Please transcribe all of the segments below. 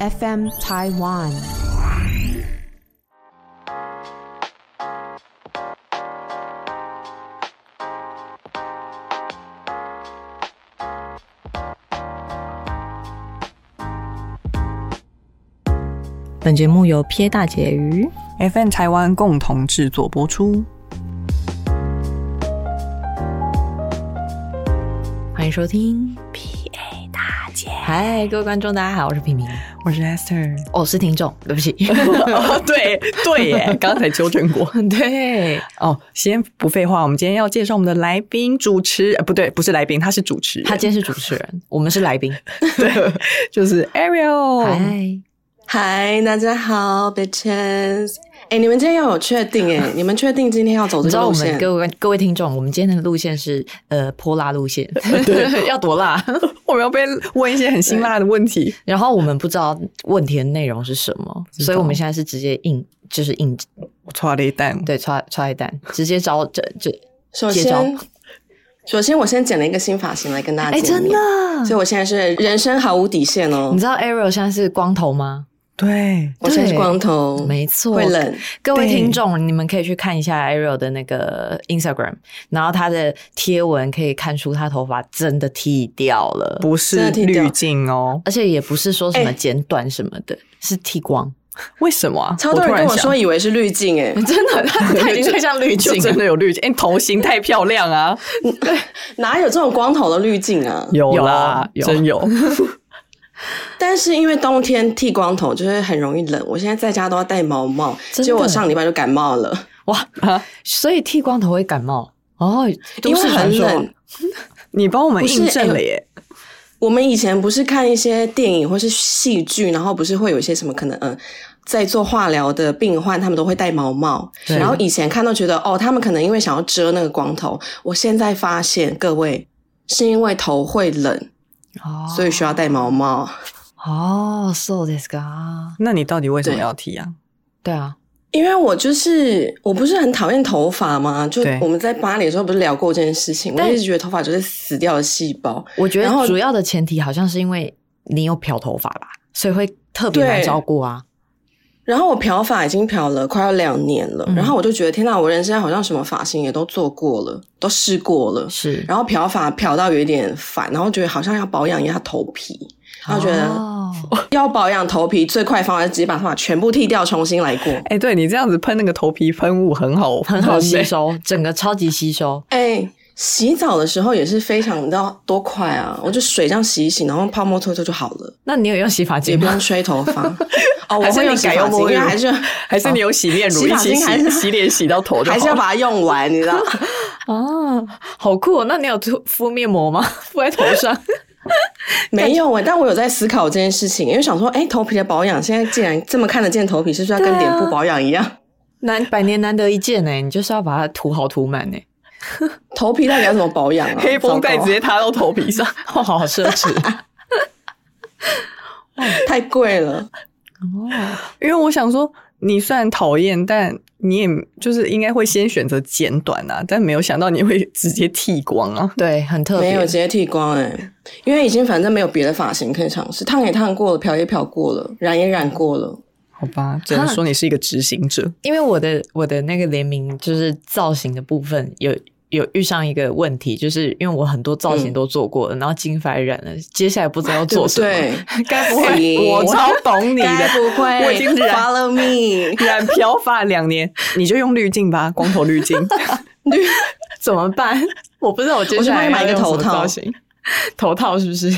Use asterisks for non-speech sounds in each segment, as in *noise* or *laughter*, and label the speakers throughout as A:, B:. A: FM Taiwan。
B: 本节目由撇大姐鱼
C: FN 台湾共同制作播出。
B: 欢迎收听 PA 大姐。嗨，各位观众，大家好，我是平平。
C: 我是 Esther。
B: *laughs* 哦，是听众，对不 *laughs* 起。
C: 哦对对耶，刚才纠正过。
B: 对，
C: 哦，先不废话，我们今天要介绍我们的来宾主持，呃，不对，不是来宾，他是主持人，
B: 他今天是主持人，我们是来宾。
C: 对， *laughs* 就是 Ariel。
B: 嗨，
D: 嗨，大家好，bitches。哎、你们今天要有确定
B: *laughs*
D: 哎、你们确定今天要走
B: 你
D: 这
B: 知
D: 个
B: 道我
D: 路
B: 们
D: 线？
B: 各位各位听众，我们今天的路线是呃泼辣路线，对， *laughs* 要多辣。
C: *laughs* 我们要被问一些很辛辣的问题，
B: 然后我们不知道问题的内容是什么，
C: 道
B: 所以我们现在是直接硬，就是硬
C: 我错了一蛋。
B: 对，踹踹蛋，直接招这这，
D: 首
B: 接招
D: 先，首先我先剪了一个新发型来跟大家
B: 哎，
D: 见
B: 真
D: 面，
B: 的。
D: 所以我现在是人生毫无底线哦
B: 你。知道 Ariel 现在是光头吗？
C: 对，
D: 我现在是
B: 对
D: 光头，
B: 没错，
D: 哦会冷。
B: 各位
C: 对
B: 听众，你们可以去看一下 Ariel 的那个 Instagram，然后他的贴文可以看出他头发真的剃掉了，
C: 不是
D: 真的剃掉
C: 滤镜哦。
B: 而且也不是说什么
D: 哎
B: 剪短什么的，是剃光，
C: 为什么啊？
D: 超多人
C: 我突然
D: 跟
C: *laughs*
D: 我说
C: 想，
D: 以为是滤
B: *laughs*
D: 镜哎，
B: 真的，他他已经就像滤
C: 就
B: 镜
C: 真
B: 了。
C: 的有滤镜，哎，头型太漂亮啊！
D: 哪有这种光头的滤镜啊？
C: 有
B: 有
C: 啦，
B: 有
C: 真 *laughs* 有。
D: 但是因为冬天剃光头就是很容易冷，我现在在家都要戴毛帽，
B: 真的
D: 结果我上礼拜就感冒了，
B: 哇
C: 啊，
B: 所以剃光头会感冒哦，都
D: 因为
B: 市传
D: 很
B: 说
D: 冷。
C: 你帮我们
D: 不是
C: 印证了
D: 哎
C: 耶！
D: 我们以前不是看一些电影或是戏剧，然后不是会有一些什么可能，嗯、在做化疗的病患，他们都会戴毛帽。
B: 对
D: 然后以前看到觉得，哦，他们可能因为想要遮那个光头。我现在发现，各位是因为头会冷，
B: 哦，
D: 所以需要戴毛帽。
B: 哦，so this guy，
C: 那你到底为什么
D: 对
C: 要剃啊？
B: 对啊，
D: 因为我就是我不是很讨厌头发嘛，就
C: 对
D: 我们在巴黎的时候不是聊过这件事情，我
B: 但
D: 一直觉得头发就是死掉的细胞。
B: 我觉
D: 然后
B: 得主要的前提好像是因为你有漂头发吧，所以会特别难
D: 对
B: 照顾啊。
D: 然后我漂发已经漂了快要两年了，
B: 嗯
D: 然后我就觉得天哪，我人生好像什么发型也都做过了，都试过了，
B: 是，
D: 然后漂发漂到有一点烦，然后觉得好像要保养一下头皮， *laughs* 然后觉得、 *laughs*
B: 得
D: 要保养头皮最快的方法是直接把头发全部剃掉，重新来过。
C: 哎、对你这样子喷那个头皮喷雾很好，
B: 很好吸
C: 欸。
B: 收，整个超级吸收。
D: 哎，洗澡的时候也是非常你知道多快啊，我就水这样洗一洗，然后泡沫搓搓就好了，
B: 那你有用洗发
D: 也
B: 精
D: 不
B: 吗？
D: 用吹头
C: *laughs*
D: 发。哦，我
C: 还
D: 会
C: 是
D: 用
C: 你
D: 洗
C: 改
D: 发
C: 用
D: 精，
C: 沐
D: 因
C: 浴
D: 为
C: 乳 *laughs*
D: 还是
C: 还是你有洗面乳
D: 洗
C: 一
D: 发
C: 起
D: 精还
C: 洗，
D: 是
C: 洗脸洗到头就好
D: 还是要把它用完，你知道。
B: 啊，好酷、哦！那你有涂敷面膜吗？ *laughs* 敷在头
D: *laughs*
B: 上？
D: 没有哎、但我有在思考这件事情，因为想说，哎、头皮的保养现在既然这么看得见头皮，是不是要跟
B: 对啊
D: 脸部保养一
C: *laughs*
D: 样？
B: 难百年难得一见呢、欸你就是要把它涂好涂满呢。
D: 头皮到底要怎么保养
C: *laughs*
D: 啊？
C: 黑绷带
D: 糟
C: 直
D: 糕
C: 接塌到头皮上。
B: 哦，好奢侈
D: 太贵了。
B: 哦！
C: *laughs* 因为我想说，你虽然讨厌，但你也就是应该会先选择剪短啊，但没有想到你会直接剃光啊。
B: 对，很特
D: 没
B: 别
D: 有。直接剃光哎、因为已经反正没有别的发型可以尝试，烫也烫过了，漂也漂过了，染也染过了。
C: 好吧，只能
B: 哈
C: 说你是一个执行者。
B: 因为我的我的那个联名就是造型的部分有。有遇上一个问题，就是因为我很多造型
D: 嗯啊
B: 都做过了，然后金发染了，接下来不知道要
D: 对
B: 做
D: 不
B: 什么。
D: 对？
C: 该不
D: 你
C: 会我超懂你
D: 该
C: 的？
D: 不会
C: 我已经染
D: follow me *laughs*
C: 染漂发两年，你就用滤镜吧，光头滤
B: *laughs*
C: 镜。？
D: 绿
B: 怎么办？我不知道我接
D: 我去
B: 下
D: 帮
B: 来
D: 你买一
B: 要用
D: 个
B: 什
D: 头
B: 么
D: 套
B: 造型，头套是不是？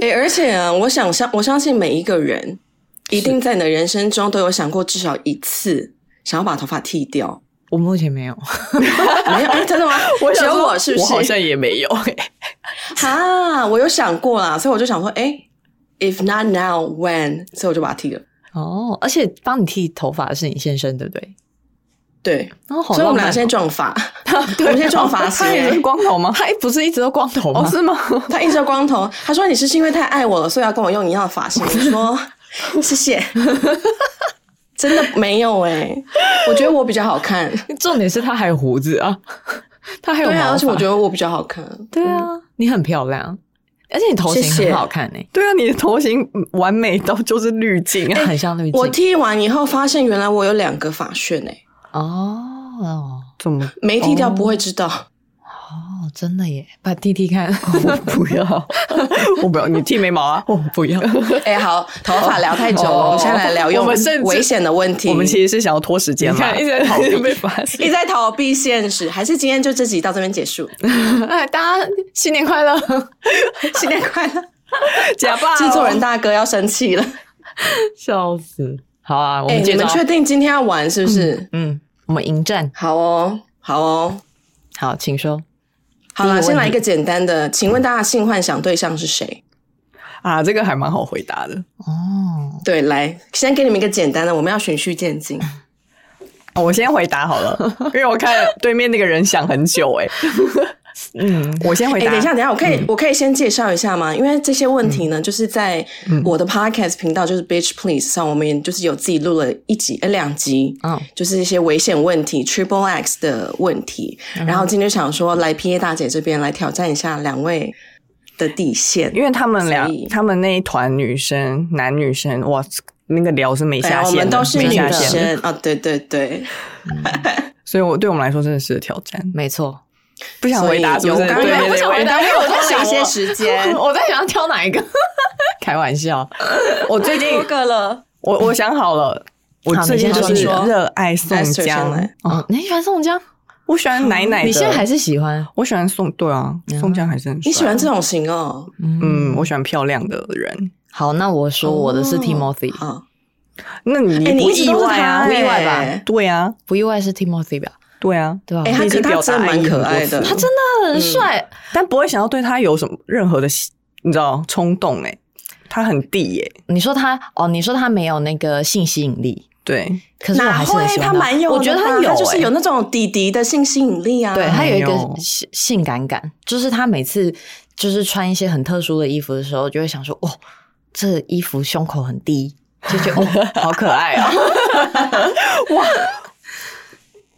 D: 哎、而且啊，我想相我相信每一个人一定在你的人生中都有想过至少一次想要把头发剃掉。 *laughs*
B: 我目前没有，
D: 没有，哎，真的吗
C: *laughs* 我
D: 只
C: 想
D: 有
C: 说
D: 我是不
C: 我好
D: 是？
C: 像也没有、欸。
D: 哈，我有想过啦，所以我就想说，哎，if not now when，所以我就把它剃了。
B: 哦，而且帮你剃头发的是你先生，对不对？
D: 对，
B: 然后好
D: 所以
B: 浪
D: 我们
B: 漫哦，
D: 俩现在
B: *laughs*
D: 撞发，
B: 对
D: 我们现在撞发型、
C: 他也
D: 哎
B: 哦
C: 是光头
B: *laughs*
C: 吗？
B: 他不是一直都光头吗？
C: 哦，是吗？
D: 他一直有光头，他说你是不是因为太爱我了，所以要跟我用一样的发型。我
B: *laughs*
D: 说谢谢， *laughs* 真的没有哎、我觉得我比较好看，
B: 重点是他 *laughs* 还有胡子啊，他还有
D: 对啊，
B: 毛
D: 而且我
B: 发
D: 觉得我比较好看，
B: 对啊，你很漂亮。而且你头型
D: 谢谢
B: 很好看欸诶、
C: 对啊，你的头型嗯完美到就是滤镜啊！
B: 很像滤镜、
D: 哎我剃完以后发现，原来我有两个发旋哎、
B: 哦
C: 怎么
D: 没剃掉不会知道。
B: 哦，真的耶，把剃剃看。 *laughs*
C: 我不要？我不要你剃眉毛啊！我不 *laughs* 要。
D: 哎、好，头发聊太久了，
C: 哦
D: 我们现在来聊用
C: 我们甚至
D: 危险的问题。
C: 我们其实是想要拖时间
B: 你
C: 嘛，
B: 看一直在 *laughs* 逃避
C: 被发 *laughs*
D: 一直
C: 现。
D: 在逃避现实，还是今天就这集到这边结束？
B: 哎，大家新年快乐！
D: 新年快乐！
C: 假发哦
D: 制作人大哥要生气了。
B: 笑死。好啊，我
D: 哎、
B: 们
D: 你
B: 接着
D: 们
B: 啊、
D: 确定今天要玩是不是？
B: 嗯，我们迎战。
D: 好哦，好哦，
B: 好，请说。
D: 好
B: 第一个
D: 了，
B: 问题
D: 先来一个简单的，请问大家性幻想对象是谁？
C: 啊，这个还蛮好回答的。
B: 哦，
D: 对，来，先给你们一个简单的，我们要循序渐进。
B: 哎
C: 哦我先回答好
D: *laughs*
C: 了，因为我看对面那个人想很久哎、
B: 嗯，
C: 我先回
D: 哎、
C: 答。
D: 等一下，等一下，我可以、我可以先介绍一下吗？因为这些问题呢，
B: 嗯
D: 就是在我的 podcast 频道，就是 Bitch Please 上，我们也就是有自己录了一集、呃两集，
B: 嗯
D: 就是一些危险问题 Triple X 的问题。
B: 嗯
D: 然后今天就想说，来 P A 大姐这边来挑战一下两位的底线。
C: 因为他们俩
D: 所以，
C: 他们那一团女生，男女生，哇，那个聊是没
D: 对
C: 下
D: 啊我
C: 限
D: 们
C: 的，
D: 都是
C: 没
D: 女
C: 下限的，
D: 生啊，对对对，
C: 所以我对我们来说真的是挑战。
B: 没错。
C: 不想回答，是
D: 所以
C: 不
D: 有
C: 是？
D: 刚
C: 对
D: 刚
C: 对
D: 不
C: 对
D: 想
C: 我
D: 回 *laughs* 答，因为我
B: 我在
D: 多
B: 想
D: 了一些
B: 我。
D: 时间
B: *laughs* 我在想要挑哪一个，开玩笑。
C: 我最近
D: 多个了，
C: 我我想好了，我
B: 好
C: 最近
B: 你先说
C: 就是
D: 你说
C: 热爱宋
D: Esther 先
C: 江
D: 来，
B: 哦，你喜欢宋江？
C: 我喜欢奶奶的。
B: 你现在还是喜欢？
C: 我喜欢宋，对啊，宋江还是很帅
D: 嗯你喜欢这种型哦？
C: 嗯，我喜欢漂亮的人。
B: 好，那我说我的是
D: 哦
B: Timothy，、
D: 好，
C: 那你
D: 哎，你
C: 不
D: 一直
C: 意
D: 都是
C: 外
D: 他
C: 啊？
B: 不意外吧
D: 哎
C: 对啊，
B: 不意外是 Timothy 吧？
C: 对啊，
B: 对吧？嗯
D: 哎、他
C: 你已
D: 可
C: 经
D: 他
C: 表
D: 真
C: 达
D: 的
C: 爱
D: 蛮
C: 意
D: 可
C: 很多
D: 爱
C: 次
D: 的，
C: 了
B: 他真的很帅，
C: 但不会想要对他有什么任何的喜，你知道冲动哎、他很地耶、
B: 你说他哦，你说他没有那个性吸引力，
C: 对，
B: 可是我
D: 哪
B: 还是
D: 会
B: 很喜？欢
D: 他蛮有的吧，
B: 我觉得他有、
D: 他就是
B: 欸
D: 有那种弟弟的性吸引力啊。
B: 对他有一个
C: 哎呦
B: 性性感感，就是他每次就是穿一些很特殊的衣服的时候，就会想说，哇、哦，这衣服胸口很低，就觉得哦，好可爱啊、哦，哇，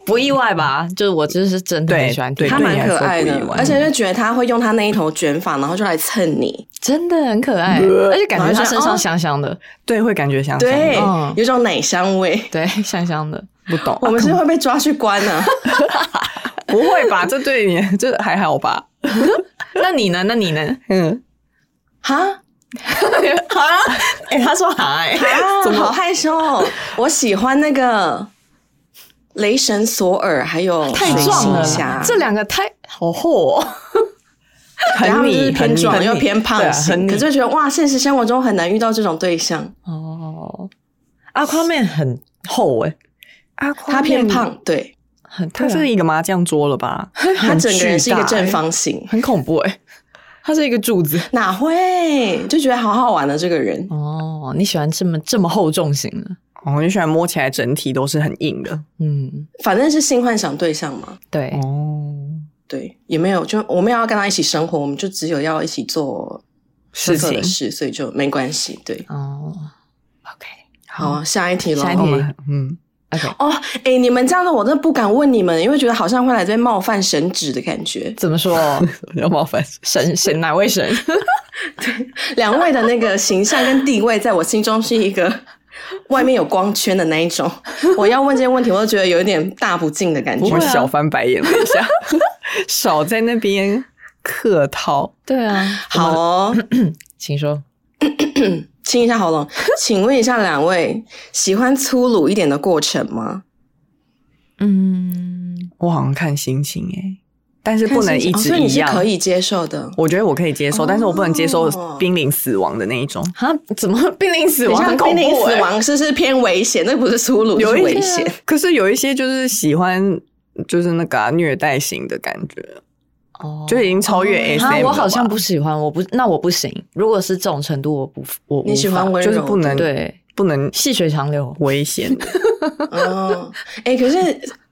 B: 不意外吧？就是我就是真的很喜欢
C: 对
B: 他
D: 他
C: 对
D: 蛮
C: 你来
D: 可
C: 说
D: 爱
C: 不
D: 的
C: 意，外
D: 而且就觉得他会用他那一头卷发，然后就来蹭你，
B: 真的很可爱，
C: 呃
B: 而且感觉他身
D: 然后就哦
B: 上香香的，
C: 对，会感觉哦像
D: 对，
B: 嗯
D: 有一种奶
C: *laughs*
D: 香味。
B: 对，香香的。
C: 不懂，
D: 我们是会被抓去关啊
C: *laughs*
D: 的、
C: 不会吧？这对你这还好吧？
B: 那你呢？那你呢？
C: *laughs* 嗯，
D: 哈，
B: 啊，哎、他说好哎、
D: 啊，好害羞、哦。我喜欢那个雷神索尔，还有
B: 太
D: 水
B: 壮
D: 行
B: 了
D: 侠
B: 啦，这两个太好厚
C: *laughs*
B: 哦。
D: 对他
C: 很
D: 们就是
C: 你
D: 偏壮
C: 很
D: 又
C: 你
D: 偏
C: 对
D: 胖
C: 啊
D: 型，
C: 很
D: 可
C: 你
D: 是就觉得哇，现实生活中很难遇到这种对象。
B: 哦，阿宽面很厚哎、
C: 啊，
D: 他偏，胖，对
B: 很
C: 他是一个麻将桌了 *laughs* 吧？
D: 他整个人是一个
C: 啊很巨大欸
D: 正方形，
B: 很恐怖哎、它是一个柱子
D: 哪会就觉得好好玩的这个人。
B: 哦。你喜欢这么这么厚重型的？
C: 哦，你喜欢摸起来整体都是很硬的
B: 嗯，
D: 反正是性幻想对象嘛，
B: 对，
C: 哦，
D: 对，也没有，就我们要跟他一起生活，我们就只有要一起做
C: 事
D: 各自
C: 情
D: 的事，所以就没关系。对，
B: 哦，OK
D: 好，啊下一题了。
B: 下一
C: 我
B: 题
C: 们嗯，
B: OK，
D: 哦，哎、你们这样的我真的不敢问你们，因为觉得好像会来这边冒犯神职的感觉。
B: 怎么 *laughs* 说？
C: 要冒犯
B: 神神哪位神？
D: 两位的那个形象跟地位，在我心中是一个外面有光圈的那一种。我要问这些问题，我都觉得有一点大不啊敬的感觉
C: 我。小翻白眼了一
D: *laughs*
C: 下，少在那边客套。
B: *laughs* 对啊，
D: 好哦，
B: 请说。
D: 清一下喉咙，请问一下两位，喜欢粗鲁一点的过程吗？
B: 嗯，
C: 我好像看心情哎、但是不能一
D: 哦
C: 直
D: 所以你
C: 一
D: 是
C: 样。
D: 可以接受的。
C: 我觉得我可以接受，
D: 哦
C: 但是我不能接受濒临死亡的那一种。
B: 啊，怎么濒临死亡？很
D: 等
B: 恐
D: 一下濒临
B: 怖
D: 死
B: 哎、
D: 亡是不是偏危险，那不是粗鲁，
C: 有
D: 是啊
C: 一
D: 危
C: 些
D: 险。，
C: *laughs* 可是有一些就是喜欢，就是那个啊、虐待型的感觉，
B: 哦
C: 就已经超越 SM
B: 啊，
C: 了吧
B: 我好像不喜欢，我不，那我不行。如果是这种程度，我不，我无
D: 你喜欢
B: 法
D: 温柔
C: 就
D: 的，
C: 是不能
B: 对
C: 不能
B: 细水长流。
C: 危险。
D: 哦，哎、可是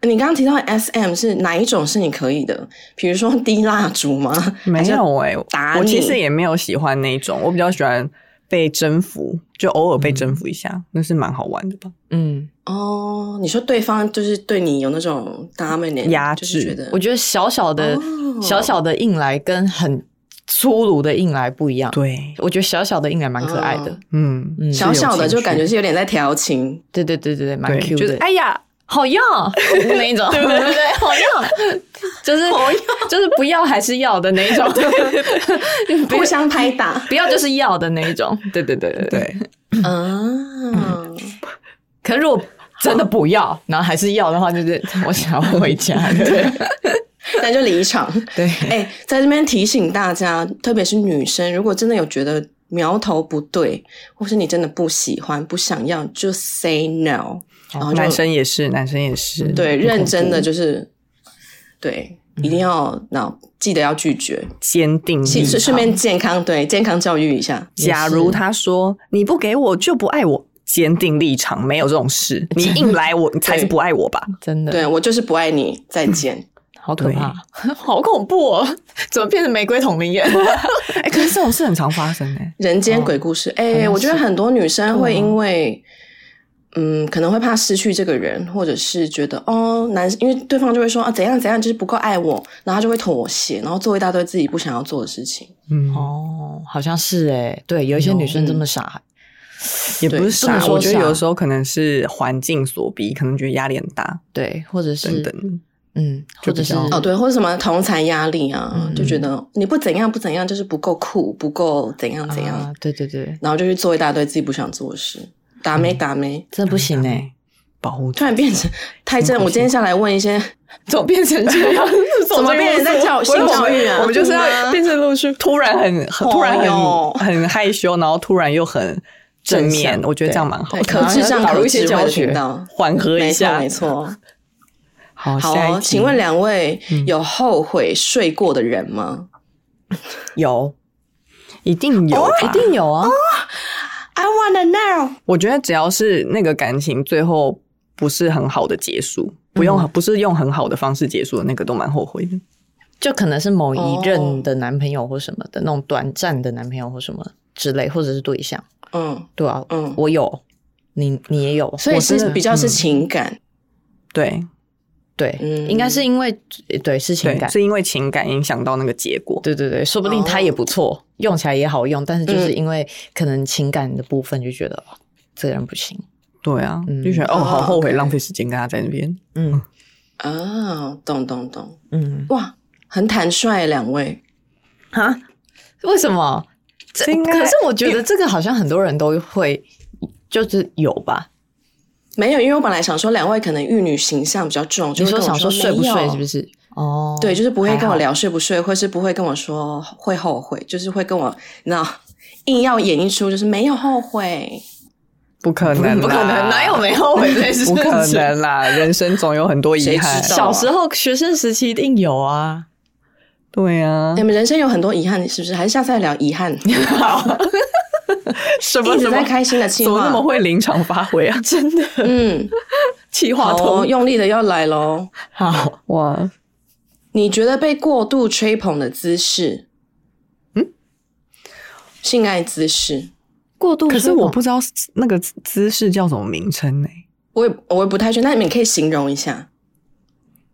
D: 你刚刚提到 S M 是哪一种是你可以的？比如说 *laughs* 滴蜡烛吗？
C: 没有哎、
D: 打
C: 我其
D: 你
C: 实也没有喜欢那一种，我比较喜欢被征服，就偶尔被征服一下，那是蛮好玩的吧。
B: 嗯，
D: 哦，你说对方就是对你有那种 dominant
C: 压
D: 就是觉
C: 制
D: 得
B: 哦我觉得小小的、
D: 哦
B: 小小的硬来跟很粗鲁的硬来不一样。
C: 对，
B: 我觉得小小的硬来蛮可爱的，
D: 哦
C: 嗯，
B: 嗯，
D: 小小的
C: 是有情
D: 就
C: 绪
D: 感觉是有点在调情，
B: 对对对对对，蛮
C: 对
B: Q 的，
C: 就是哎
B: 呀，好样，那一种，对不对？好 *laughs* 样，就是就是不要还是要的那一种，不
D: 互相拍打
B: 不要就是要的那一种，对对对对对。
C: 对，
D: 啊。
B: 可是如果真的不要，然后还是要的话，就是我想要回家，对
D: *laughs* 那就离场。
B: 对，
D: 哎、在这边提醒大家，特别是女生，如果真的有觉得苗头不对，或是你真的不喜欢、不想要，就 say no，然后就
C: 男生也是，男生也是，
D: 对
C: 嗯很恐怖
D: 认真的就是对，一定要那、记得要拒绝，
C: 坚定立
D: 顺
C: 场。
D: 顺便健康对健康教育一下。
C: 假如他说你不给我就不爱我，坚定立场，没有这种事，你硬来我你才是不爱我
B: *laughs*
C: 吧？
B: 真的
D: 对我就是不爱你，再见。
B: 好可怕，好恐怖哦！怎么变成玫瑰同龄眼？
C: 哎、可是这种事很常发生
D: *laughs*
C: 哎、
D: 人间鬼故事，哎、
B: 哦像
D: 我觉得很多女生会
B: 对啊
D: 因为，嗯，可能会怕失去这个人，或者是觉得哦，男，因为对方就会说啊，怎样怎样，就是不够爱我，然后他就会妥协，然后做一大堆自己不想要做的事情。
C: 嗯，
B: 哦，好像是哎，对，有一嗯些女生这么傻，
C: 也不
D: 对
C: 是
B: 不能
C: 傻，
B: 说
C: 我觉得
B: 傻
C: 有时候可能是环境所逼，可能觉得压力很大
B: 对，或者
C: 等
B: 是
C: 等。
B: 嗯，或
C: 就
B: 者
C: 比
B: 是
C: 较
D: 哦，对，或者什么同才压力啊，
B: 嗯
D: 就觉得你不怎样不怎样，就是不够酷，不够怎样怎样，
B: 啊对对对，
D: 然后就去做一大堆自己不想做的事，打
B: 嗯
D: 没打没，
B: 真的不行哎，
C: 保护
D: 突然变成太真。
B: 嗯
D: 我今天下来问一些，
B: 怎么变成这
D: *laughs*
B: 样？
D: 怎么变成在教性教育啊？
C: 我们就是
D: 对吗
C: 要变成陆续，突然很很突然
D: 哎呦
C: 很很害羞，然后突然又很正面
B: 正，向
C: 我觉得这样蛮好
D: 对
C: 的，
D: 可智障
B: 导入
D: 可
B: 一些
D: 智慧
B: 教
D: 的
B: 学
D: 频道。
C: 缓和一
D: 没错，
C: 下。
D: 没错。
C: 好，
D: 好
C: 下一
D: 哦，
C: 题
D: 请问两位
B: 嗯
D: 有后悔睡过的人吗
B: 有，
C: 一定有吧，
B: 一定有啊！
D: ？I wanna know。
C: 我觉得只要是那个感情最后不是很好的结束，不用、不是用很好的方式结束的那个，都蛮后悔的。
B: 就可能是某一
D: 哦
B: 任的男朋友或什么的那种短暂的男朋友或什么之类，或者是对象。
D: 嗯，
B: 对啊，
D: 嗯
B: 我有，你你也有，
D: 所以
C: 我真
D: 是
C: 的
D: 比
B: 嗯
D: 较是情感，
C: 对
B: 对，
D: 嗯
B: 应该是因为对是情
C: 对，
B: 感，
C: 是因为情感影响到那个结果。
B: 对对对，说不
D: 哦
B: 定它也不错，用起来也好用，但是
D: 嗯
B: 就是因为可能情感的部分就觉得、哦这个人不行，
C: 对啊，
B: 嗯
C: 就觉得哦，
D: 哦
C: 好后悔，
D: OK
C: 浪费时间跟他在那边。
B: 嗯
D: 啊，懂懂懂。
B: 嗯，
D: 哇，很坦率，两位。
B: 哈，为什么？这
C: 这应该
B: 可是我觉得这个好像很多人都会，就是有吧？
D: 没有，因为我本来想说两位可能玉女形象比较重，
B: 你
D: 就会
B: 说
D: 跟我
B: 想说睡不
D: 没有
B: 睡是不？是？哦，
D: 对，就是不会跟
B: 还
D: 我
B: 好
D: 聊睡不睡，或是不会跟我说会后悔，就是会跟我，你知道，硬要演一出就是没有后悔。
C: 不可能啦，
B: *laughs*
C: 啊
B: 不可能，哪有没后悔这件事情？
C: *laughs* 不可能啊啦，人生总有很多遗憾
D: 谁。知
B: *laughs*
D: 道
B: 小时候学生时期一定有啊，
C: 对
B: 嗯
C: 啊
D: 你，们人生有很多遗憾，是不是？还是下次再聊
B: *laughs*
D: 遗憾？
C: 什
D: 一
C: 么
D: 直
C: 什么
D: 在开心的气
C: 怎么那
D: 话
C: 么，会临场发挥 *laughs* 啊？
B: 真的
D: 嗯，
B: 气话
D: 好哦，
B: 筒
D: 用力的要来喽。
B: 好，
C: 哇，
D: 你觉得被过度吹捧的姿势，嗯，性爱姿势，
B: 过度
C: 可是我
B: 不
C: 不知道那个姿势叫什么名称呢、
D: 我也我也不太确定，那你们可以形容一下。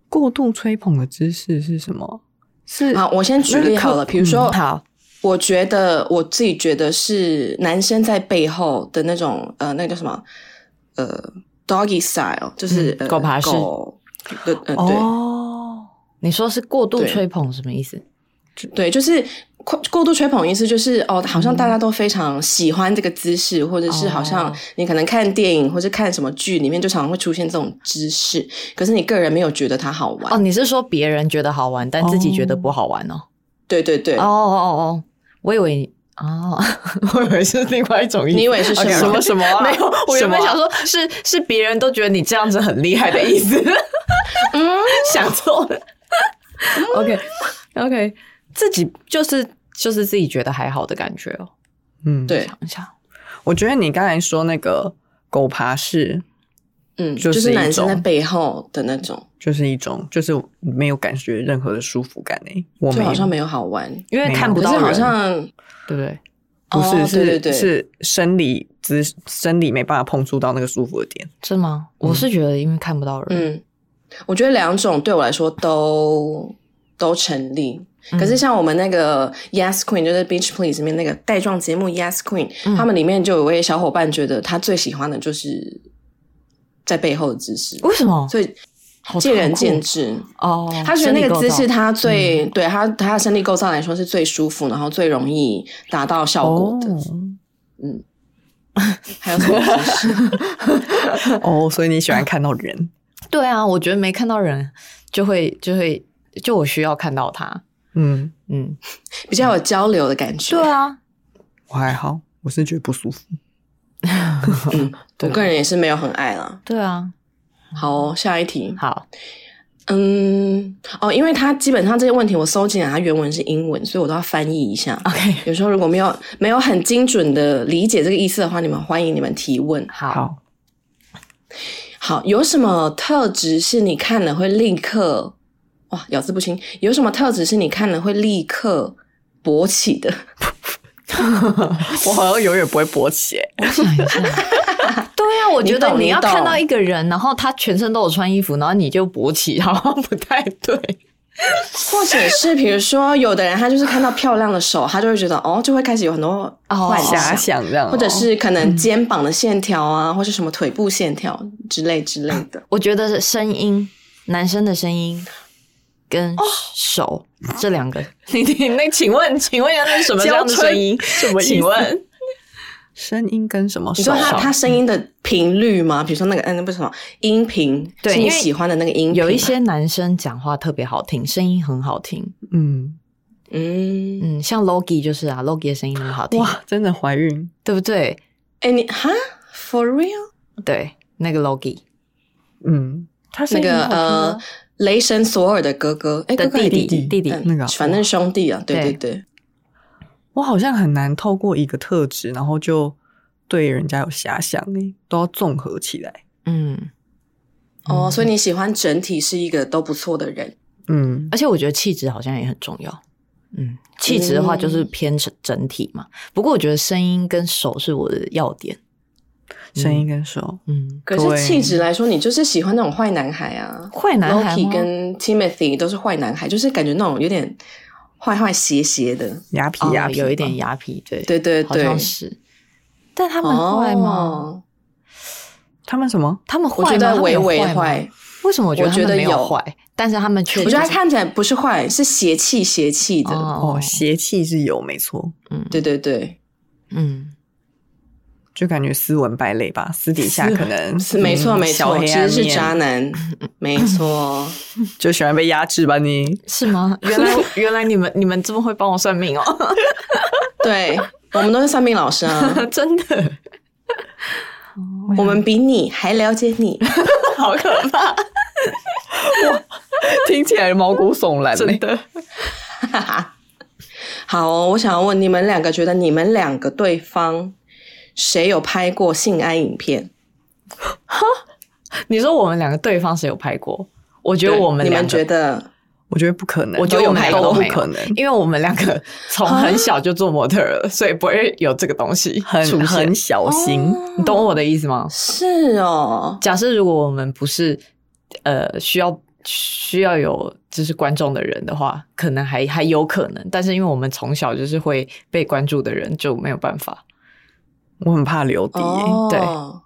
C: 过度吹捧的姿势是什么？是
D: 好，我先举例好了，
C: 那个
D: 比如说，
B: 嗯好，
D: 我觉得我自己觉得是男生在背后的那种呃，那个叫什么呃，doggy style，就是、
B: 嗯
D: 呃
B: 狗爬式
D: 狗对，呃，
C: *laughs*
D: 对、
C: 哦，
B: 你说是过度
D: 对
B: 吹捧什么意思？
D: 对，就是过过度吹捧，意思就是哦，好像大家都非常喜欢这个姿势，或者是好像
B: 哦
D: 你可能看电影或者看什么剧里面就常常会出现这种姿势，可是你个人没有觉得它好玩。
B: 哦，你是说别人觉得好玩，但自己觉得不好玩哦？
D: 对对对，
B: 哦哦哦哦，我以为哦，我以为是另外一种意思。
D: 你以为是什么
B: OK，
D: 什么
B: 什么、没有， *laughs* 我原本
C: 什么啊
B: 想说是是别人都觉得你这样子很厉害的意 *laughs* 思。
D: 嗯，
B: *laughs* 想错了。OK OK，自己就是就是自己觉得还好的感觉哦。
C: 嗯，，
D: 对，
B: 想一下，
C: 我觉得你刚才说那个狗爬式，
D: 嗯，
C: 就
D: 就是是
C: 一
D: 男生
C: 种
D: 在背后的那种，
C: 就是一种，就是没有感觉任何的舒服感诶、我
D: 就
C: 没
D: 好像
C: 有，
D: 没有好玩，
B: 因为
C: 没有
B: 看不
D: 可是
B: 到人，
D: 好像
B: 对不对？
C: 不是，
D: 哦
C: 是
D: 对对对
C: 是生理姿生理没办法碰触到那个舒服的点。
B: 是嗯吗？我是觉得因为看不到人，
D: 嗯，我觉得两种对我来说都都成立。
B: 嗯
D: 可是像我们那个 Yes Queen，就是 Beach Please 里面那个带状节目 Yes Queen，、他
B: 嗯
D: 们里面就有位小伙伴觉得他最喜欢的就是在背后的姿势，
B: 为什么？
D: 所以
B: 哦好
D: 见仁
B: 痛苦
D: 见智。
B: 哦，
D: 他觉得那个姿势
B: 生理构造嗯
D: 他最、对他他的身体构造来说是最舒服，然后最容易达到效果
B: 哦
D: 的。嗯 *laughs* 还有什么姿
B: *laughs*
D: 势？
C: 哦哦，所以你喜欢看到人，
B: 对啊，我觉得没看到人就会就会就我需要看到他，
C: 嗯，
B: 嗯，
D: 比较有交流的感觉。
B: 对啊，
C: 我还好，我是觉得不舒服。
D: 嗯，我
B: 对
D: 个人也是没有很爱啦。
B: 对啊，
D: 好哦、下一题。
B: 好，
D: 嗯，哦，因为他基本上这些问题我搜进来，它原文是英文，所以我都要翻译一下。
B: OK，
D: 有时候如果没有没有很精准的理解这个意思的话，你们欢迎你们提问。
B: 好，
C: 好，
D: 好，有什么特质是你看了会立刻哇咬字不清？有什么特质是你看了会立刻勃
B: *laughs*
D: 起的？
C: 我好像永远不会勃起、欸，
B: 我想一下。对啊，我觉
D: 你
B: 得
D: 懂
B: 你要
D: 你懂
B: 看到一个人，然后他全身都有穿衣服，然后你就勃起，好像不太对。
D: 或者是比如说，有的人他就是看到漂亮的手，他就会觉得哦，就会开始有很多
B: 哦
D: 幻
C: 遐
D: 想，
C: 想这样哦、
D: 或者是可
B: 嗯
D: 能肩膀的线条啊，或是什么腿部线条之类之类的。
B: *laughs* 我觉得是声音，男生的声音跟手、这两个，哦 *laughs* 你你那，请问，请问一下，那是什么样的声 *laughs* 音？
C: 什么意思
B: 请问，
C: 声音跟什么
D: 你
C: 手
D: 说他
C: 啊？
D: 他声音的频率吗？比如说那个嗯，那不是什么音频，
B: 对
D: 是你
B: 因为
D: 喜欢的那个音频
B: *laughs* 有
D: 吗
B: 一些男生讲话特别好听，声音很好听。
C: 嗯，
D: 嗯，
B: 嗯，像 Logie 就是啊，Logie 的声音那么好听，
C: 哇，真的怀孕，
B: 对不对？
D: 哎、你哈，for real？
B: 对，那个 Logie
C: 嗯，他
D: 那
C: 声音
D: 个
C: 好听啊
D: 呃，雷神索尔的哥哥，哎、
B: 的
D: 哥哥还
B: 弟
D: 是
B: 弟
D: 弟
B: 弟弟
D: 嗯
C: 那个
D: 反正兄弟啊，对
B: 对
D: 对对，
C: 我好像很难透过一个特质，然后就对人家有遐想欸，都要综合起来。
B: 嗯，
D: 哦，所以你喜欢整体是一个都不错的人，
C: 嗯，
D: 呃
B: 而且我觉得气质好像也很重要。嗯，气质的话就是
C: 嗯
B: 偏整整体嘛。不过我觉得声音跟手是我的要点。
C: 声音跟手，
B: 嗯，
D: 可是
C: 对
D: 气质来说，你就是喜欢那种坏男孩啊。
B: 坏男孩
D: Loki
B: 吗？
D: 跟 Timothy 都是坏男孩，就是感觉那种有点坏坏邪邪的。
C: 牙皮
B: 哦
C: 牙皮、
B: 有一点，牙皮，对
D: 对对
B: 好
D: 对，
B: 像是。但他们坏吗？
D: 哦？
C: 他们什么？
B: 他们
D: 我
B: 坏吗？
D: 觉得
B: 他们
D: 微
B: 有
D: 微
B: 坏吗。
D: 坏，
B: 为什么我觉得
D: 我
B: 他
D: 觉
B: 们
D: 得
B: 没
D: 有
B: 坏？但是他们却
D: 我觉得他
B: 就是
D: 看起来不是坏，是邪气邪气的。
B: 哦
C: 哦，，邪气是有，没错，
D: 对对对，
B: 嗯，
C: 就感觉斯文败类吧。私底下可能
D: 是没错
C: 嗯
D: 没
C: 小
D: 错，
C: 黑
D: 其
C: 暗
D: 实是
C: 面
D: 渣
B: *laughs*
D: 男，没错。
C: 就喜欢被压制吧你。
B: 是
C: *laughs*
B: 吗？原来原来你们你们这么会帮我算命哦， *laughs*
D: 对我们都是算命老师啊，
B: *laughs* 真的
D: 我们比你还了解你。 *laughs*
B: 好可怕，
C: 听起来毛骨悚然、欸，
B: 真的。
D: 好哦、我想要问你们两个，觉得你们两个对方谁有拍过性爱影片？
B: 你说我们两个对方谁有拍过？我觉得
D: 对
B: 我们
D: 你
B: 两
D: 们
B: 个
D: 觉得
C: 我觉得不可能，
B: 我觉得我们两个
C: 都
B: 都
C: 不
B: 没有
C: 可能，
B: 因为我们两个 *laughs* 从很小就做模特儿了，所以不会有这个东西出
C: 很
B: 现哦
C: 很。小心。
B: 你懂我的意思吗？
D: 是哦，
B: 假设如果我们不是呃需要需要有就是观众的人的话，可能还还有可能，但是因为我们从小就是会被关注的人，就没有办法。
C: 我很怕流鼻、欸，
B: 对
D: 哦，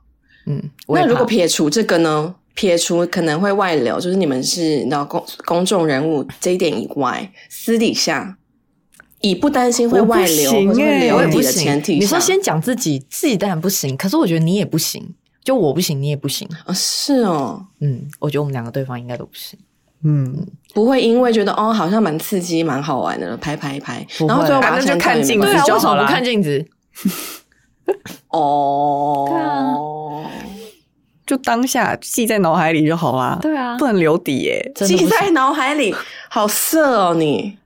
B: 嗯，我也
D: 那如果
B: 怕
D: 撇除这个呢？撇除可能会外流，就是你们是你知道公公众人物这一点以外，私底下以不担心会
C: 我不
D: 外流
C: 行
D: 或者会
C: 欸
D: 流
B: 我也
D: 体
B: 不
D: 的
B: 行。
D: 前提下，
B: 你说先讲自己，自己当然不行，可是我觉得你也不行，就我不行，你也不行。
D: 哦是哦，
B: 嗯，我觉得我们两个对方应该都不行。
C: 嗯，
D: 不会因为觉得哦好像蛮刺激、蛮好玩的，拍拍拍，
B: 不会
D: 然后最后把它
C: 反正就
D: 删掉
C: 看
D: 也没
C: 镜子
D: 关
B: 对
D: 系
B: 啊，
C: 就
B: 为什
C: 好
B: 么
C: 啦
B: 不看镜子？
D: 哦，
B: 对啊
C: 就当下记在脑海里就好啦。
B: 对啊
C: 不能留底欸耶、
B: 真的
D: 记
B: 不行
D: 在脑海里，好色哦你。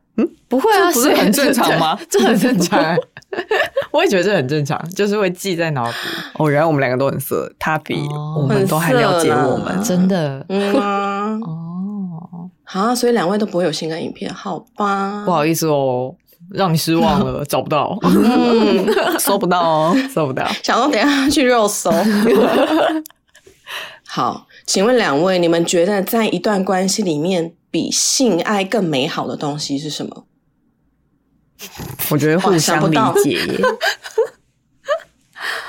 B: 不会啊，
C: 这不是
B: 谁 *laughs*
C: 很正常吗
B: 这很正常， *laughs* 我也觉得这很正常，就是会记在脑子里。
C: 哦，原来我们两个都很色，他比
B: 哦
C: 我们都还了解我们
D: 很。色啦
B: 真的，
D: 嗯啊 *laughs*
B: 哦，
D: 啊，所以两位都不会有性感影片，好吧？
B: 不好意思哦，让你失望了，找不 *laughs* 到，
D: 嗯，
C: 搜不到
B: *laughs*
C: 哦，搜不到。
D: 想说等一下去肉搜。 *laughs* 好，请问两位，你们觉得在一段关系里面，比性爱更美好的东西是什么？
C: 我觉得互
D: 哇想
C: 相
D: 不
C: 理
D: 到
C: 解
B: *laughs*
C: 耶。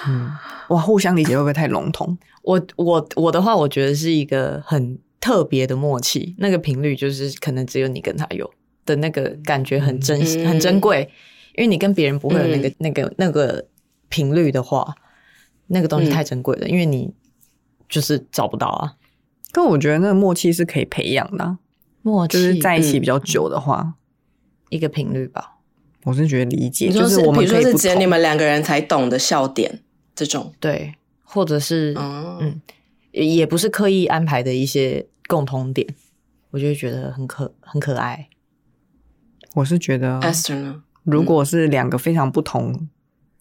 C: 嗯，哇，互相理解会不会太笼统？
B: 我我我的话，我觉得是一个很特别的默契，那个频率就是可能只有你跟他有的那个感觉很珍、
D: 嗯
B: 很珍贵，因为你跟别人不会有那个、
D: 嗯
B: 那个那个频率的话，那个东西太珍贵了，因为你就是找不到啊。
C: 但我觉得那个默契是可以培养的啊、
B: 默契
C: 就是在一起
D: 嗯
C: 比较久的话，
B: 一个频率吧，
C: 我是觉得理解，
D: 你
C: 就
D: 说
C: 我
D: 比
C: 们
D: 如
C: 可
D: 说
C: 以
D: 是
C: 不
D: 只有
C: 同。
D: 你们两个人才懂的笑点这种，
B: 对，或者是、
D: 哦，
B: 嗯也也不是刻意安排的一些共通点，我就会觉得很可很可爱。嗯
C: 我是觉得
D: Esther 呢？
C: 如果是两个非常不同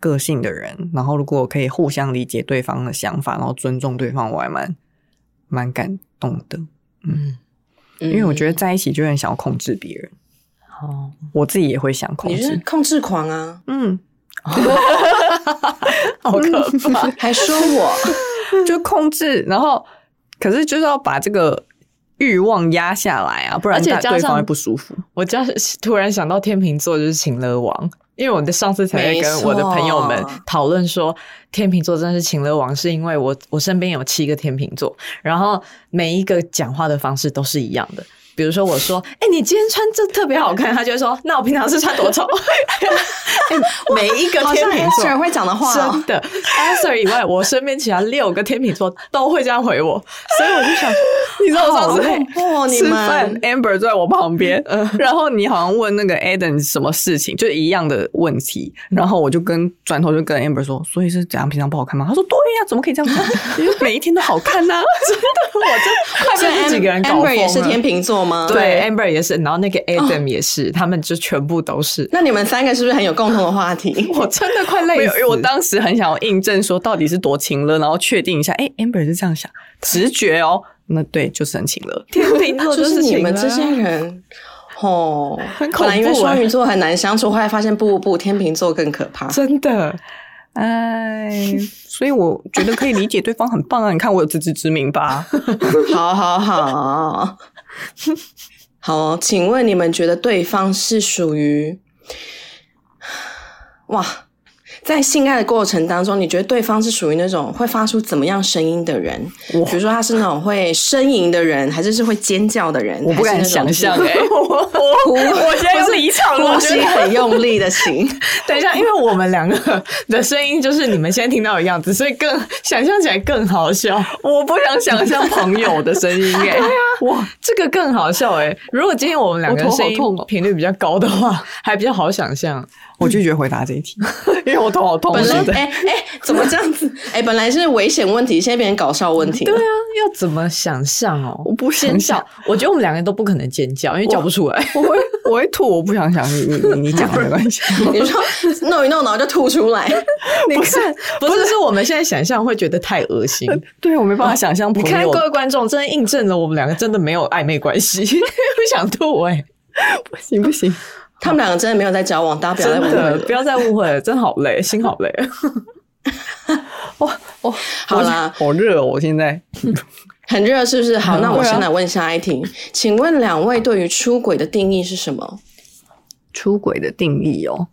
C: 个性的人，然后如果可以互相理解对方的想法，然后尊重对方，我还蛮蛮感动的。
B: 嗯，
D: 因
C: 因为我觉得
D: 嗯
C: 在一起就很想要控制别人，
B: 好，
C: 我自己也会想控
D: 你是
C: 制。
D: 控制
C: *laughs*
D: 狂啊，
C: 嗯，
B: *laughs* 好可 *laughs* 怕。
D: 还说我
C: 就控制，然后可是就是要把这个欲望压下来啊，不然
B: 而且
C: 大
B: 加
C: 对方
B: 上
C: 会不舒服。
B: 我这样突然想到天秤座就是情勒王，因为我的上次才在跟我的朋友们
D: 没错
B: 讨论说，天秤座真的是情勒王，是因为我我身边有七个天秤座，然后每一个讲话的方式都是一样的。比如说我说，哎、你今天穿这特别好看，他就会说，那我平常是穿多丑。 *laughs* 哎每一个
D: 好
B: 天
D: 像
B: 秤座
D: Esther 会讲的话哦
C: 啊
B: 真，的，Esther 以外，我身边其他六个天秤座都会这样回我，所以我就想，
C: 你知道我上
D: 好
C: 次
D: 累哦，你
C: 吃饭
D: 们
C: ，Amber 坐在我旁边，然后你好像问那个 Adam 什么事情，就一样的问题，然后我就跟转头就跟 Amber 说，所以是怎样平常不好看吗？他说对呀、怎么可以这样讲？ *laughs* 因为每一天都好看呐、 *laughs* 真的，我就快
D: 所以
B: 被这几个人
D: Am-
B: 搞疯
D: Amber 也是
B: 了
D: 天秤座吗？
B: 对，Amber 也是，然后那个 Adam 也是，他们就全部都是。
D: 那你们三个是不是很有共同的
C: *laughs*
D: 话题？
B: 我真的快
C: 没
B: 累
C: 有，
B: 死！
C: 因为我当时很想要印证说到底是多情了，然后确定一下，哎、a m b e r 是这样想，直觉哦，那对，就是很情了。
B: 天秤座
D: 就是你
B: 情
D: 们
B: 勒
D: 这些人。哦，
C: 啊很恐怖
D: 本来因为
C: 欸
D: 双鱼座很难相处，后来发现不不，天秤座更可怕。
B: 真的，
C: 哎，所以我觉得可以理解对方很棒啊！你看我有自知之明吧？
D: 好好好，好哦，请问你们觉得对方是属于哇，在性爱的过程当中，你觉得对方是属于那种会发出怎么样声音的人？比如说他是那种会呻吟的人，还是是会尖叫的人？
C: 我不敢
D: 还是那
C: 想
D: 种
C: 象
D: 就是
C: 哎、我我 *laughs* 我现在又离场了，
D: 呼
C: 我觉
D: 吸
C: 得
D: 很用力的型。
B: *laughs* 等一下，因为我们两 *laughs* 个的声音就是你们现在听到的样子，所以更想象起来更好笑。
C: 我不想想象朋友的声
B: *laughs*
C: 音哎、
B: 哇，这个更好笑哎、如果今天我们两个
C: 我
B: 人
C: 头好
B: 声音
C: 痛哦
B: 频率比较高的话，还比较好想象。
C: 我拒绝回答这一题， *laughs* 因为我头好痛。
D: 本来
C: 现在
D: 哎哎，怎么这样子？ *laughs* 哎，本来是危险问题，现在变成搞笑问题了
B: 对。啊，要怎么想象哦？
C: 我不想
B: 尖叫，我觉得我们两个都不可能尖叫，因为叫不出来。
C: 我会我会吐，我不想想你你你你讲没关系。
D: 你说弄一弄，然后就吐出来。
B: 你看， *laughs* *laughs* 不是，是我们现在想象会觉得太恶 *laughs* 心。
C: *laughs* 对我没办法想象
B: 哦你
C: 朋
B: 看
C: 友
B: 各位观众，真的印证了我们两个真的没有暧昧关系，不想吐哎、
C: *laughs* 行不行？
D: 他们两个真的没有在交往，大家不要
B: 真
C: 哎
D: 再误会
B: 的
D: 了
B: 不。要再误会了，真好累，心好累。
D: 好啦，
C: *laughs* 好热哦，我现在
D: 很热是不是？好，那我
C: 对啊
D: 先来问下一题，请问两位对于出轨的定义是什么？
C: 出轨的定义哦，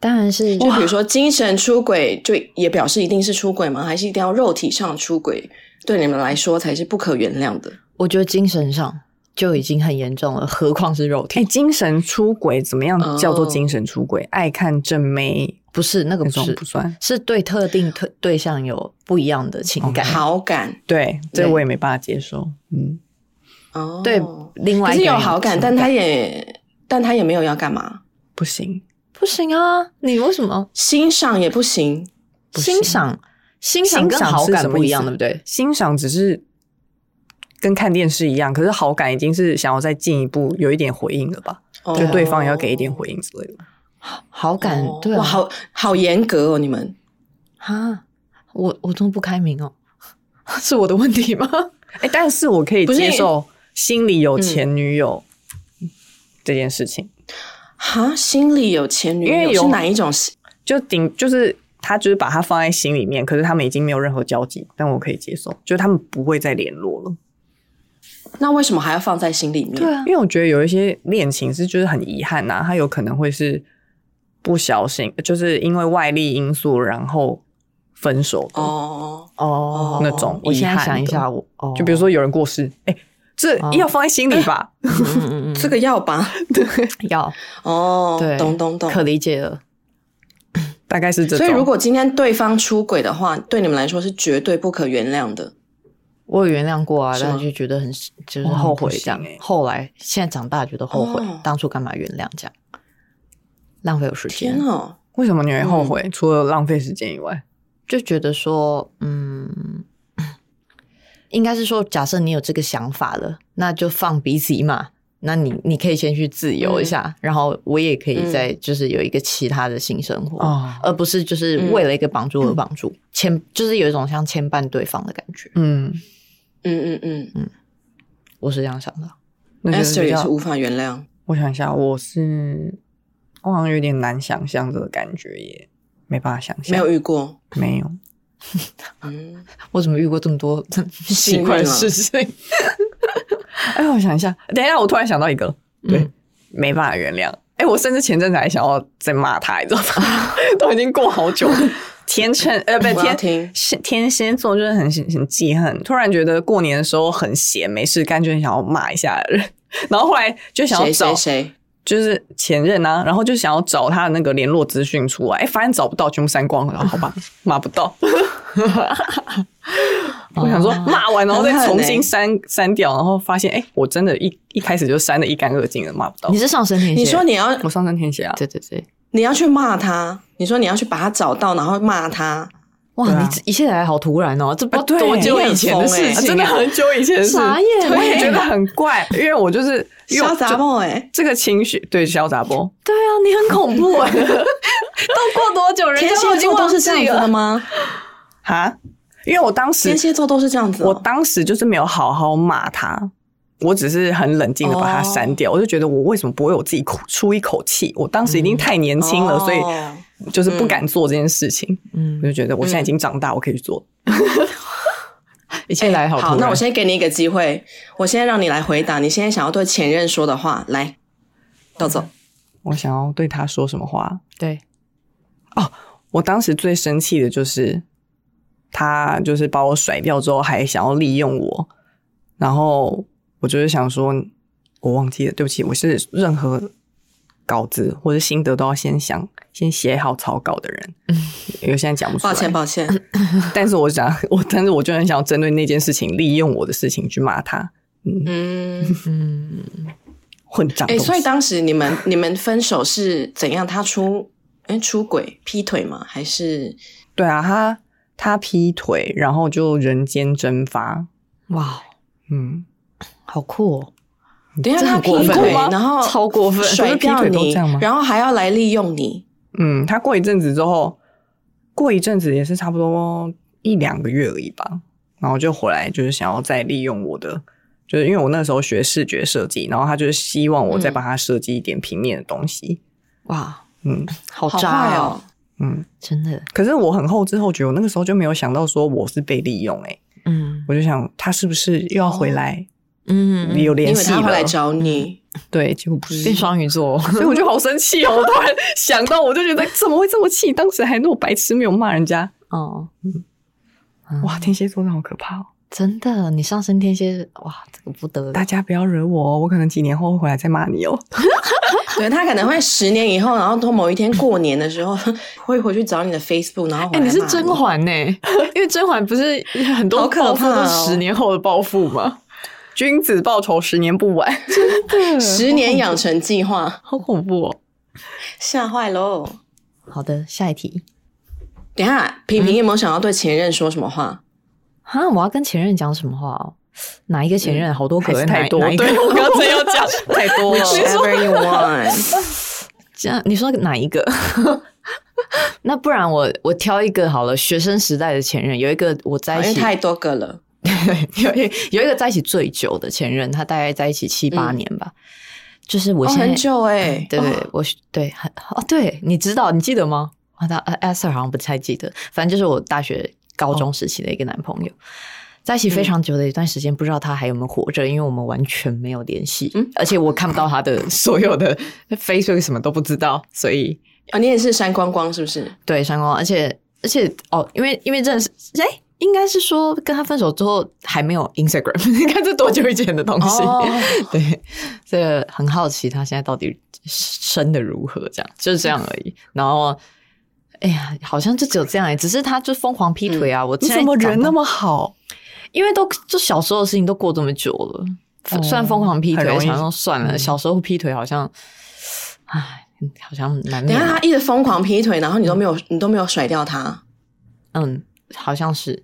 B: 当然是
D: 就比如说精神出轨，就也表示一定是出轨吗？还是一定要肉体上出轨？对你们来说才是不可原谅的。
B: 我觉得精神上就已经很严重了，何况是肉
C: 哎、
B: 体？
C: 精神出轨怎么样
D: 哦
C: 叫做精神出轨？爱看正妹
B: 不是那个
C: 那
B: 不
C: 种
B: 是，
C: 不算。
B: 是对特定特对象有不一样的情感。
D: 嗯好感
C: 对，这
B: 对
C: 我也没办法接受。嗯，
D: 哦，
B: 对，另外
D: 可
B: 一
D: 是
B: 个
D: 有
B: 人
D: 好感，
B: 情
D: 但他也但他也没有要干嘛，
C: 不行，
B: 不行啊！你为什么
D: 欣赏也不行。
C: 不行
B: 欣赏欣赏跟
C: 欣赏
B: 好
C: 是
B: 感
C: 什么
B: 不一
C: 意
B: 样，
C: 思
B: 对不对？
C: 欣赏只是跟看电视一样，可是好感已经是想要再进一步有一点回应了吧？
D: 哦
C: 就对方也要给一点回应之类的。
B: 好感
D: 哦
B: 对啊
D: 哇，好好严格哦，你们。
B: 啊，我我这么不开明哦，是我的问题吗？
C: 哎、但是我可以
D: 不是
C: 接受心里有前女友这件事情，
D: 哈，心里有前女
C: 因
D: 友
C: 为有
D: 是哪一种心？
C: 就顶就是他就是把他放在心里面，可是他们已经没有任何交集，但我可以接受，就是他们不会再联络了。
D: 那为什么还要放在心里面？
B: 对啊
C: 因，为我觉得有一些恋情是就是很遗憾呐、它有可能会是不小心，就是因为外力因素然后分手的
D: 哦，
B: 哦
C: 那种
B: 我
C: 遗
B: 现在
C: 憾
B: 想一
C: 的
B: 下，我哦，
C: 就比如说有人过世，哎、这
B: 哦
C: 要放在心里吧。
B: 嗯，嗯嗯嗯，
D: *laughs* 这个要吧？
B: 要
D: 哦，
C: *laughs*
B: 对，
D: 懂懂懂。
B: 可理解了。
C: 大概是这种。
D: 所以，如果今天对方出轨的话，对你们来说是绝对不可原谅的。
B: 我有原谅过啊，
D: 是吗
B: 但是就觉得很就是
C: 哇
B: 后悔
C: 很不行
B: 这样。
C: 欸
B: 后来现在长大觉得后悔，
D: 哦
B: 当初干嘛原谅这样，浪费我时间
D: 天，哦，
C: 为什么你会后悔？除了浪费时间以外，
B: 就觉得说，嗯， *clears throat* 应该是说，假设你有这个想法了，那就放彼此一马。那你你可以先去自由一下，然后我也可以再就是有一个其他的新生活，
C: 哦
B: 而不是就是为了一个绑住而绑住，牵、就是有一种像牵绊对方的感觉，
C: 嗯，
D: 嗯嗯
B: 我是这样想的。
C: 那
D: 嗯
C: 就是
D: ，Esther
C: 比
D: 也
C: 较
D: 是。无法原谅。
C: 我想一下，我是我好像有点难想象这个感觉耶，没办法想象。
D: 没有遇过，
C: 没
D: *laughs*
C: 有，
D: 嗯，
B: 我怎么遇过这么多 *laughs* 奇怪的事情？
C: 哎，我想一下，等一下，我突然想到一个，对，
B: 嗯
C: 没办法原谅。哎，我甚至前阵子还想要再骂他，你知道吗？ *laughs* 都已经过好久了。天秤，呃，不
D: 我要
C: 是
D: 听
C: 天是天蝎座，就是很很记恨。突然觉得过年的时候很闲，没事干，就很想要骂一下人。然后后来就 *laughs* 想要
D: 谁
C: 找
D: 谁谁
C: 就是前任啊，然后就想要找他的那个联络资讯出来，哎，发现找不到，全部删光了，然后好
D: *laughs*
C: 吧，骂不到。我想说骂完然后再重新删删掉，然后发现哎，我真的一一开始就删的一干二净了，骂不到
B: 你。是上升天蝎？
D: 你说你要
C: 我上升天蝎啊，
B: 对对对，
D: 你要去骂他，你说你要去把他找到，然后骂他，
B: 哇，
C: 对啊
B: 你这一切来得好突然哦，这不知
C: 啊
B: 道
C: 对
B: 多久以前的
D: 你很
B: 事
D: 疯欸
C: 啊
B: 情，
C: 真的很久以前的事，
B: 傻眼
C: 我也
B: 欸
C: 觉得很怪，因为我就是因为我
D: 小杂
C: 就
D: 毛哎，
C: 这个情绪，对小杂波，
B: 对啊，你很恐怖哎！都过多久，人
D: 天
B: *laughs* 家都
D: 蝎
B: 已经
D: 座
B: 忘
D: 都是
B: 记
D: 这样子的
B: 了。
D: 吗？
C: 哈，因为我当时
D: 天蝎座都是这样子哦，
C: 我当时就是没有好好骂他，我只是很冷静的把他删
D: 哦
C: 掉。我就觉得我为什么不为我自己口出一口气？我当时一定太年轻了，
D: 哦
C: 所以就是不敢做这件事情。
B: 嗯
C: 我，就觉得我现在已经长大，我可以去
D: *laughs*
C: 做。
B: 一切来得好突
D: 哎好，
B: 然。
D: 那我现在给你一个机会，我现在让你来回答你现在想要对前任说的话，来，豆
B: 嗯
D: 总，
C: 我想要对他说什么话？
B: 对，
C: 我当时最生气的就是他，就是把我甩掉之后，还想要利用我，然后我就是想说，我忘记了，对不起，我是任何稿子或者心得都要先想，先写好草稿的人，因为现在讲不出来，
D: 嗯抱歉抱歉，
C: 但是我想，我但是我就很想要针对那件事情，利用我的事情去骂他
D: 嗯，
B: *laughs* 嗯，
C: 混账
D: 哎、
C: 东西。
D: 所以当时你们你们分手是怎样？他出哎、出轨劈腿吗？还是
C: 对啊，他他劈腿，然后就人间蒸发，
B: 哇，
C: 嗯，
B: 好酷哦！
D: 等一下
B: 这
D: 他
B: 很过
D: 劈
B: 分
D: 腿，
B: 吗
D: 然后
B: 超过分
D: 甩掉
C: 不是劈腿
D: 你
C: 都这样吗，
D: 然后还要来利用你，
C: 嗯，他过一阵子之后，过一阵子也是差不多一两个月而已吧，然后就回来，就是想要再利用我的，就是因为我那时候学视觉设计，然后他就是希望
D: 嗯
C: 我再帮他设计一点平面的东西，
B: 哇，
C: 嗯
B: 好
D: 好
B: 渣
D: 坏
B: 哦
D: 哦，！
C: 嗯。
B: 真的，
C: 可是我很后知后觉，我那个时候就没有想到说我是被利用、欸，
B: 嗯
C: 我就想他是不是又要回来，
B: 嗯，
C: 有
D: 哦因
C: 联
D: 为
C: 系
D: 他
C: 了？
D: 会来找你，
C: 对，结果不是
B: 变，双鱼座，
C: 所以我就好生气哦！我突然想到，我就觉得怎么会这么气？当时还那么白痴，没有骂人家。
B: *laughs* 哦，
C: 哇，天蝎座真的好可怕哦！
B: 真的，你上升天蝎，哇，这个不得了
C: 大，家不要惹我哦，我可能几年后会回来再骂你 *laughs* 哦。
D: 对他可能会十年以后，然后到某一天过年的时候 *laughs* 会回去找你的 Facebook，然后
B: 哎、
D: 回来
B: 你是
D: 骂
B: 甄嬛呢、因为甄嬛不是很多
D: 好可
B: 报复
D: 怕
B: 都
D: 哦
B: 十年后的报复吗？
C: 君子报仇，十年不晚。 *laughs*
D: 十年养成计划，
C: 好恐怖哦！
D: 吓坏喽！
B: 好的，下一题。
D: 等一下，平平有没有想要对前任说什么话？
B: 哈，我要跟前任讲什么话哦？哪一个前任？好多可
C: 嗯还是
B: 能
C: 太多，
B: 哪一个
C: 对我刚才要 *laughs* 讲太多了。
D: Whichever you want，
B: *laughs* 这样你说哪一个？ *laughs* 那不然我我挑一个好了，学生时代的前任有一个我在
D: 因为
B: 一起，
D: 太多个了。
B: *laughs* 有一有一个在一起最久的前任，他大概在一起七八
D: 嗯
B: 年吧。就是我
D: 哦，
B: 现在、
D: 很久哎、
B: 嗯对对
D: 哦，
B: 我是对很哦，对，你知道，你记得吗？呃
D: 哦
B: 啊，他 a s 好像不太记得，反正就是我大学高中时期的一个男朋友。在一起
D: 嗯
B: 非常久的一段时间，不知道他还有没有活着，因为我们完全没有联系，
D: 嗯
B: 而且我看不到他
D: *laughs*
B: 的所有的
C: *laughs*
B: Facebook 什么都不知道，所以
D: 啊，你也是删光光是不是？
B: 对删光，而且而且哦，因为因为认识哎。应该是说跟他分手之后还没有 Instagram，你 *laughs* 看这多久以前的东西？
D: 哦
B: 对，这个很好奇他现在到底生的如何，这样就是这样而已。然后，哎呀，好像就只有这样哎、只是他就疯狂劈腿啊！我
C: 嗯你
B: 现在
C: 怎么人
B: 长
C: 那
B: 大？
C: 么好？
B: 因为都就小时候的事情都过这么久了，
C: 哦
B: 算疯狂劈腿，
C: 很容易
B: 想说算了，
C: 嗯
B: 小时候劈腿好像，唉，好像难
D: 等
B: 免
D: 一下，他一直疯狂劈腿，然后你都没有，你都没有甩掉他，
B: 嗯，好像是。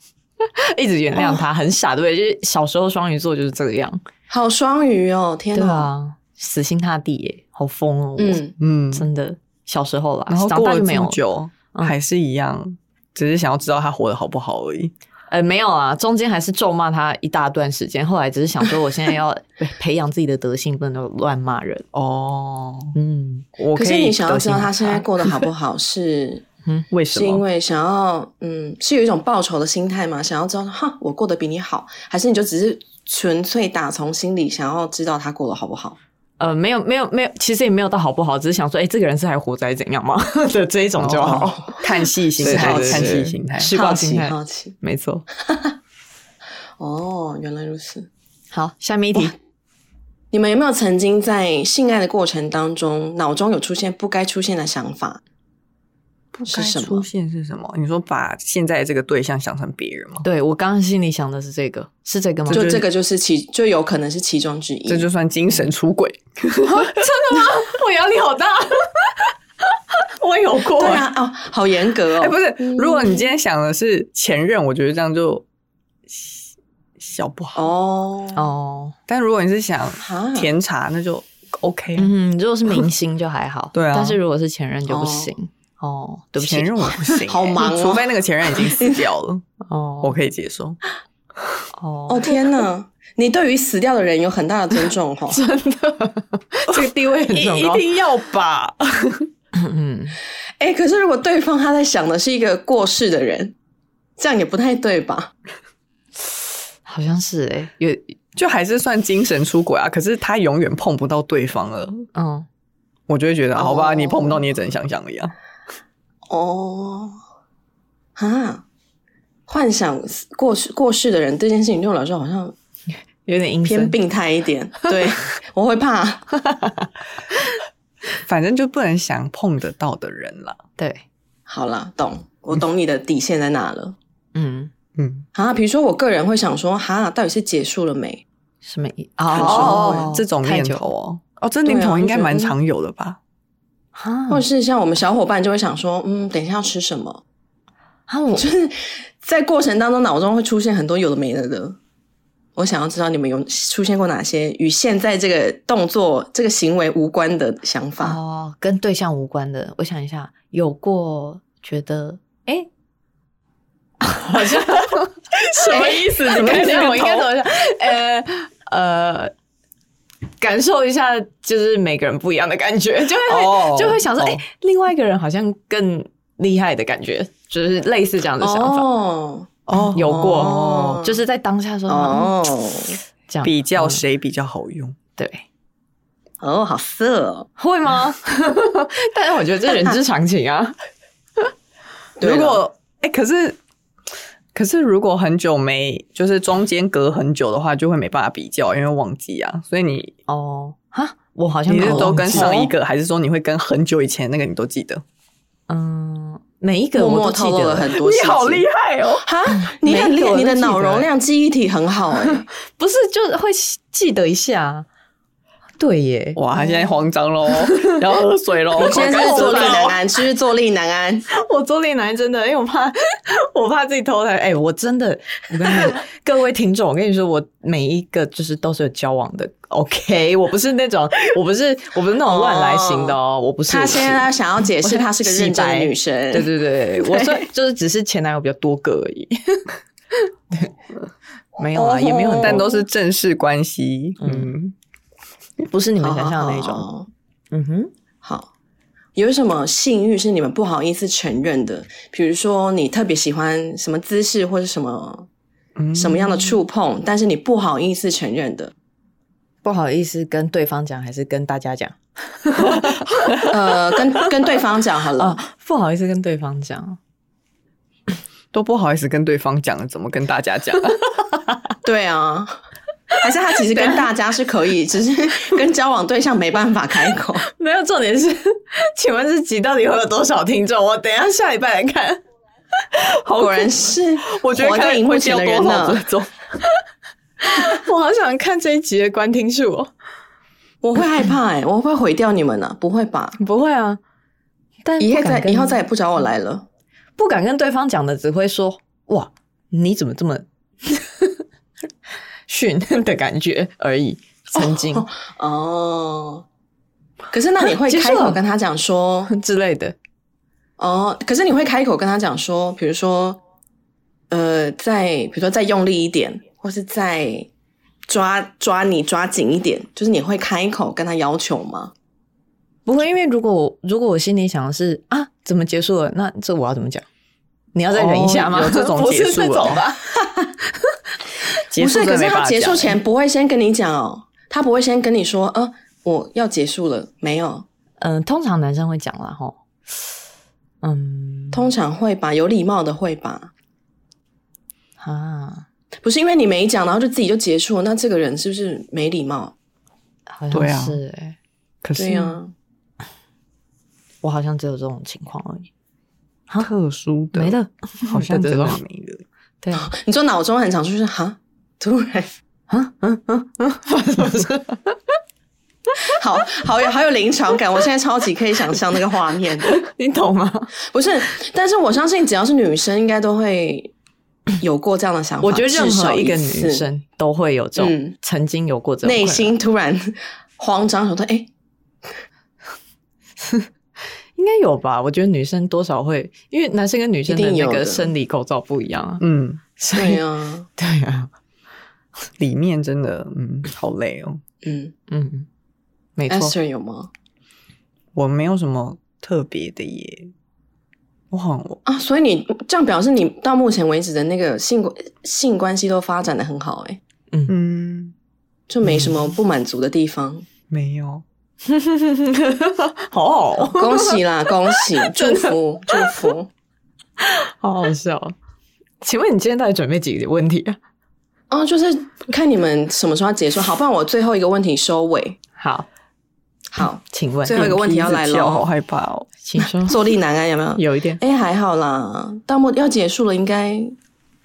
B: *laughs* 一直原谅他，
C: 哦
B: 很傻，对不对？就是小时候双鱼座就是这个样，
D: 好双鱼哦，天
B: 对
D: 哪！
B: 啊，死心塌地耶，好疯哦！
D: 嗯，
C: 嗯，
B: 真的，小时候啦，
C: 然后
B: 长
C: 过
B: 大
C: 了
B: 就
C: 这
B: 没有
C: 么。久，
B: 嗯
C: 还是一样，只是想要知道他活得好不好而已。
B: 呃，没有啊，中间还是咒骂他一大段时间，后来只是想说，我现在
C: *laughs*
B: 要培培养自己的德性，不能乱骂人。
C: 哦，
B: 嗯，
C: 我
D: 可是
C: 以
D: 你想要
C: 得
D: 知道
C: 心
D: 他现在
C: 应手
D: 过得好不好，是
C: 为什
D: 是因
C: 么？
D: 为想要嗯，是有一种报仇的心态吗？想要知道哈，我过得比你好，还是你就只是纯粹打从心里想要知道他过得好不好？
B: 呃，没有，没有，没有，其实也没有到好不好，只是想说，哎、这个人是还活在怎样吗？ *laughs* 的这一种就好，
C: 哦 *laughs* 看戏心
B: 对
C: 态，
B: 对对
C: 看
B: 对
C: 戏心态。
B: 是
D: 好
B: 光心
D: 奇
B: 态，
D: 好奇
B: 没错。
D: 哦，原来如此。
B: 好，下面一题，
D: 你们有没有曾经在性爱的过程当中，脑中有出现不该出现的想法？
C: 不
D: 是
C: 该
D: 什么
C: 出现是什么？你说把现在这个对象想成别人吗？
B: 对我刚刚心里想的是这个，是这个吗？
D: 就
C: 就是
D: 这个就是其就有可能是其中之一。
C: 这就算精神出轨， *laughs*
B: 我压力好大，我有过
D: 对啊，哦，好严格哦。
C: 哎、不是，如果你今天想的是前任，我觉得这样就小小不好。
D: 哦
B: 哦，
C: 但如果你是想
D: 哈
C: 甜茶，那就 OK 啊。
B: 嗯，如果是明星就还好，
C: *laughs* 对啊
B: 但是如果是前任就不行哦，对不起
C: 前任我不行 *laughs* 欸、
D: 好忙哦
C: 除非那个前任已经 *laughs* 死掉了，我
B: 哦
C: 可以接受。
D: 哦
B: 哦，
D: 天哪！你对于死掉的人有很大的尊重哦。
B: 真的，这个地
C: *laughs*
B: 位很
C: 一
B: 崇
C: 一
B: 高，
C: 定要吧？
B: 嗯，
D: 哎、可是如果对方他在想的是一个过世的人，这样也不太对吧？
B: 好像是哎，有
C: 就还是算精神出轨啊，可是他永远碰不到对方了，
B: 嗯，
C: 我就会觉得，好吧，
D: 哦
C: 你碰不到你也只能想想而已啊。
D: 哦，啊，幻想死过世过世的人这件事情对我来说好像
B: 有点阴
D: 偏
B: 森，
D: 病态一
B: *laughs*
D: 点，对我会怕。
C: 反正就不能想碰得到的人啦。
B: 对，
D: 好了，懂，我懂你的底线在哪了。
B: 嗯，
C: 嗯，
D: 啊，比如说我个人会想说，哈，到底是结束了没？
B: 什么意
D: 很
B: 哦
D: 哦
C: 这种念头哦，哦，这念头应该蛮常有的吧？
B: 啊
D: 或者是像我们小伙伴就会想说，嗯，等一下要吃什么？
B: 啊我
D: *laughs* 就是在过程当中，脑中会出现很多有的没的的。我想要知道你们有出现过哪些与现在这个动作、这个行为无关的想法？
B: 哦，跟对象无关的，我想一下，有过觉得哎。好像啊什么意 *laughs* 思？你看
C: 这个
B: 我应该
C: 头
B: 怎么想？呃呃，感受一下，就是每个人不一样的感觉， *laughs* 就会、
C: 哦
B: 就会想说，
C: 哦
B: 哎、另外一个人好像更厉害的感觉，就是类似这样的想法，
D: 哦
C: 哦
B: 有过，
D: 哦
B: 就是在当下说，哦、
D: 哦
B: 这样
C: 比较
B: 嗯
C: 谁比较好用？
B: 对。 *laughs*
D: 哦，好色哦！
B: 会 *laughs* 吗？但是我觉得这人之常情啊。
D: 对
C: 如
D: 了
C: 果哎、可是可是如果很久没，就是中间隔很久的话，就会没办法比较，因为忘记啊。所以你
B: *laughs* 哦，哈，我好像
C: 你
B: 没
C: 是
B: 有
C: 都跟
B: 忘记
C: 上一个，还是说你会跟很久以前那个你都记得？
B: 嗯，每一个
D: 默
B: 我都
D: 默
B: 记
D: 透露了
B: 得，*laughs*
D: 很多，
C: 害哦！
D: 害！哈，你很
B: 每
D: 厉
B: 一个我都
D: 害，你的
B: 记得
D: 脑容量、记忆体很
B: *laughs*
D: 好哎、
B: 不是就是会记得一下。啊对耶，
C: 哇，他现在慌张
D: *laughs*
C: 喽，然后喝水喽。
D: 我现在是
C: 赶快
D: 坐立
C: 走
D: 难
C: 喽
D: 安，是不是坐立
B: *laughs*
D: 难安？
B: 我周立男真的，因为我怕 *laughs* 我怕自己偷懒。哎、我真的，我跟你们 *laughs* 各位听众，我跟你说，我每一个就是都是有交往的。OK，我不是那种，我不是我不是那种乱来型的哦，我不是。
D: 她
B: 我不是
D: 现在想要解释，她是个认真的女生。
B: 对对
D: *laughs*
B: 对，我说就是只是前男友比较多个而已。对，没有啊，也没有很
C: 但
B: 但
D: 哦
B: 都
C: 都是正式关系，嗯，
B: 不是你
D: 好，
B: 们想
D: 好
B: 象的那种。
D: 好
B: 嗯哼，
D: 好，有什么性欲是你们不好意思承认的？比如说你特别喜欢什么姿势或者什么
C: 嗯
D: 什么样的触碰，但是你不好意思承认的。
B: 不好意思跟对方讲，还是跟大家讲？
D: 呃，跟 *laughs* 跟对方讲好了，
C: 啊
B: 哦，不好意思跟对方讲，
C: 都不好意思跟对方讲了，怎么跟大家
D: *laughs*
C: 讲、啊？
D: 对啊，还是他其实跟大家是可以，只是 *laughs* 跟交往对象没办法开
C: *laughs*
D: 口。
B: 没有重点是，请问这集到底会有多少听众？我等一下下礼拜来看。
C: 好
D: 果然是
C: 我觉得
D: 活
C: 看
D: 在荧幕
C: 会
D: 前
C: 掉
D: 的
C: 多
D: 人啊
C: 少
D: 呢
C: 这。种
B: 我好想看这一集的观听数哦。
D: 我会害怕哎、我会毁掉你们呢、啊不
C: *laughs*
D: 会吧？
B: 不会啊，但
D: 以后
B: 不敢
D: 再
B: 跟
D: 以后再也不找我来了。
B: 不敢跟对方讲的，只会说哇，你怎么这么
D: *laughs*
B: 逊的感觉而已。曾经、
D: 哦，可是那你
C: 啊
D: 会
B: 结束
D: 开
B: 了
D: 口跟他讲说，
B: 之类的，
D: 哦，可是你会开口跟他讲说，比如说，呃，再比如说再用力一点，或是再抓抓你抓紧一点，就是你会开口跟他要求吗？
B: 不会，因为如果我如果我心里想的是啊，怎么结束了？那这我要怎么讲？你要再忍一下吗？
C: 哦有这种
B: *laughs* 不
C: 结
B: 是
C: 束
B: 这
C: 了
B: 种吧？
C: 结
D: *laughs* 不
C: 束真
D: 是，可
C: 的
D: 是
C: 没
D: 他
C: 办法
D: 结束
C: 讲
D: 前不会先跟你讲哦，他不会先跟你说，呃，我要结束了，没有，
B: 嗯、通常男生会讲啦，吼，嗯，
D: 通常会吧，有礼貌的会吧，
B: 啊，
D: 不是因为你没讲，然后就自己就结束了，那这个人是不是没礼貌？
B: 好
C: 对
B: 像
C: 啊
B: 是哎、
C: 可是
D: 对啊呀、
B: 我好像只有这种情况而已，
C: 特殊的
B: 啊没了，
C: 好像
B: 对
C: 真
B: 对
C: 的
B: 对
C: 没了。
B: 对
D: *laughs*
B: 啊，
D: 你说脑中很常就是哈，突然。 *laughs* 好好有好有临场感，我现在超级可以想象那个画面 *laughs* 的。
C: 你懂吗？
D: 不是，但是我相信只要是女生，应该都会有过这样的想法。
B: 我觉得任
D: 至
B: 何
D: 少
B: 一
D: 一
B: 个
D: 次
B: 女生都会有这种、
D: 嗯
B: 曾经有过这种
D: 内
B: 困扰
D: 心突然慌张，想说：“哎、
B: 应该有吧？我觉得女生多少会，因为男生跟女生
D: 一
B: 的
D: 定
B: 那
D: 有
B: 个
D: 的
B: 生理构造不一样啊。
C: 嗯，
B: 所
D: 对
B: 以
D: 呀、啊，
B: *laughs* 对啊，
C: 里面真的嗯好累哦。
D: 嗯啊
B: 嗯，没错。
D: ，Esther 有吗？
C: 我没有什么特别的耶，我好像我
D: 啊，所以你这样表示你到目前为止的那个性关性关系都发展的很好、哎，
C: 嗯
D: 就没什
B: 嗯
D: 么不满足的地方。
C: 没有，好好哦
D: 恭喜啦，恭喜，祝福祝福。
B: *laughs* 好好笑。哦请问你今天到底准备几个问题啊？
D: 哦，就是看你们什么时候要结束，好，不然我最后一个问题收尾。
B: 好，
D: 好，
B: 请问，
D: 最后一个问题要来
C: 眼皮一直跳
D: 咯
C: 好害怕哦。
B: 请
C: *laughs*
B: 说。
D: 坐立难安有没有？
B: 有一点， *laughs*
D: 哎、还好啦，到末要结束了，应该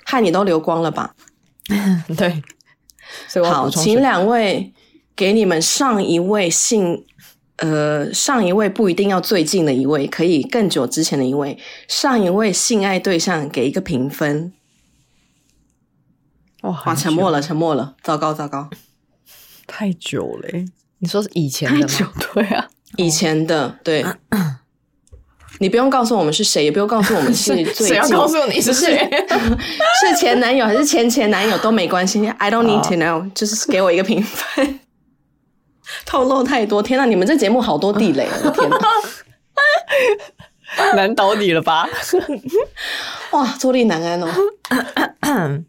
D: 汗你都流光了吧？
B: 对。所以我要
D: 好，
B: 补充水
D: 请两位给你们上一位性，呃，上一位不一定要最近的一位，可以更久之前的一位，上一位性爱对象给一个评分。
C: 哇，
D: 哇，
C: 好
D: 沉默了，沉默了，糟糕糟糕，
C: 太久了耶，
B: 你说是以前
C: 太
B: 的
C: 久
B: 吗？，
C: 对啊，
B: 哦
D: 以前的
B: *clears throat*
D: 对。你不用告诉我们是谁，也不用告诉我们
B: *laughs*
D: 是最
B: 谁
D: 近，
B: 要告诉你是
D: 不是
B: 谁？
D: 是 *laughs* 前男友还是前前男友都没关系，I don't need to know，、就是给我一个评分。透露太多，天呐，你们这节目好多地雷哦！我的天呐，
B: *laughs*
C: 难倒你了吧？
D: 哇，坐立难安哦。
B: 嗯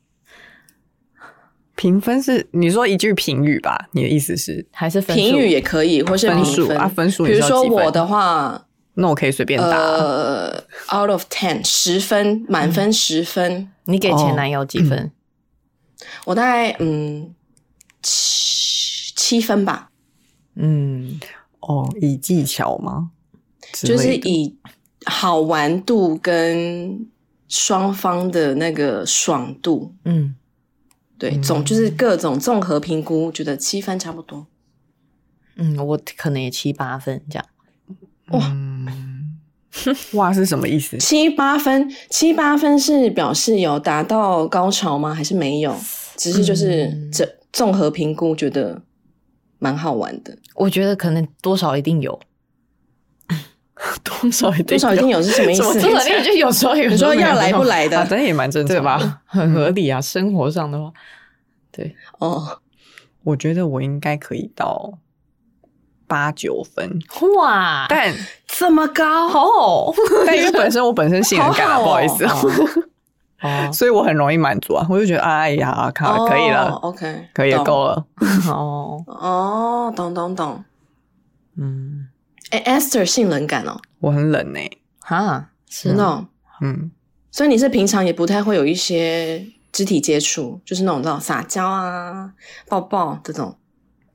C: 评分是你说一句评语吧？你的意思是？
B: 还是分数
D: 评语也可以，或是
C: 分数
D: 评分
C: 啊分数
D: 比
C: 你是
D: 如
C: 要
D: 说
C: 几分
D: 我的话，
C: 那我可以随便打。
D: 呃，out of ten，十分，满分十分，
B: 你给前男友几分？
D: 我大概嗯七七分吧，
B: 嗯，
C: 哦，以技巧吗？
D: 就
C: 之
D: 是
C: 类的
D: 以好玩度跟双方的那个爽度，
B: 嗯，
D: 对，
C: 嗯
D: 总就是各种综合评估，觉得七分差不多。
B: 嗯，我可能也七八分这样。
D: 哇
C: 嗯哇是什么意
D: *laughs*
C: 思？
D: 七八分，七八分是表示有达到高潮吗？还是没有？只是就是
B: 嗯
D: 这综合评估，觉得蛮好玩的。
B: 我觉得可能多少一定有，
C: 多少一定
D: 多少一定有是什么
C: *laughs*
D: 意
C: 什么
D: 思
C: 多？少
B: 一定就有时候有
D: 你说要来不来
C: 啊，
D: 的？
C: 这也蛮正常
B: 对
C: 的
B: 吧？？很合理啊，生活上的话，对，
D: *laughs* 哦，
C: 我觉得我应该可以到八九分，
D: 啊
B: 哇
C: 但
D: 这么高，
B: 好哦，
C: 但因为本身我本身性很感啊，
D: *laughs* 好好哦
C: 不好意思啊，
B: *laughs* 哦
C: *laughs* 所以我很容易满足啊，我就觉得哎呀，啊卡可以
D: 哦
C: 了，
D: ，OK，
C: 可以了
D: 懂
C: 够了，
B: 哦，
D: 哦，懂懂懂。
C: 嗯，
D: 哎，Esther 性冷感哦，
C: 我很冷呢、
B: 哈，是
D: 真的、哦。
C: 嗯，
D: 所以你是平常也不太会有一些肢体接触，就是那种那种撒娇啊、抱抱这种。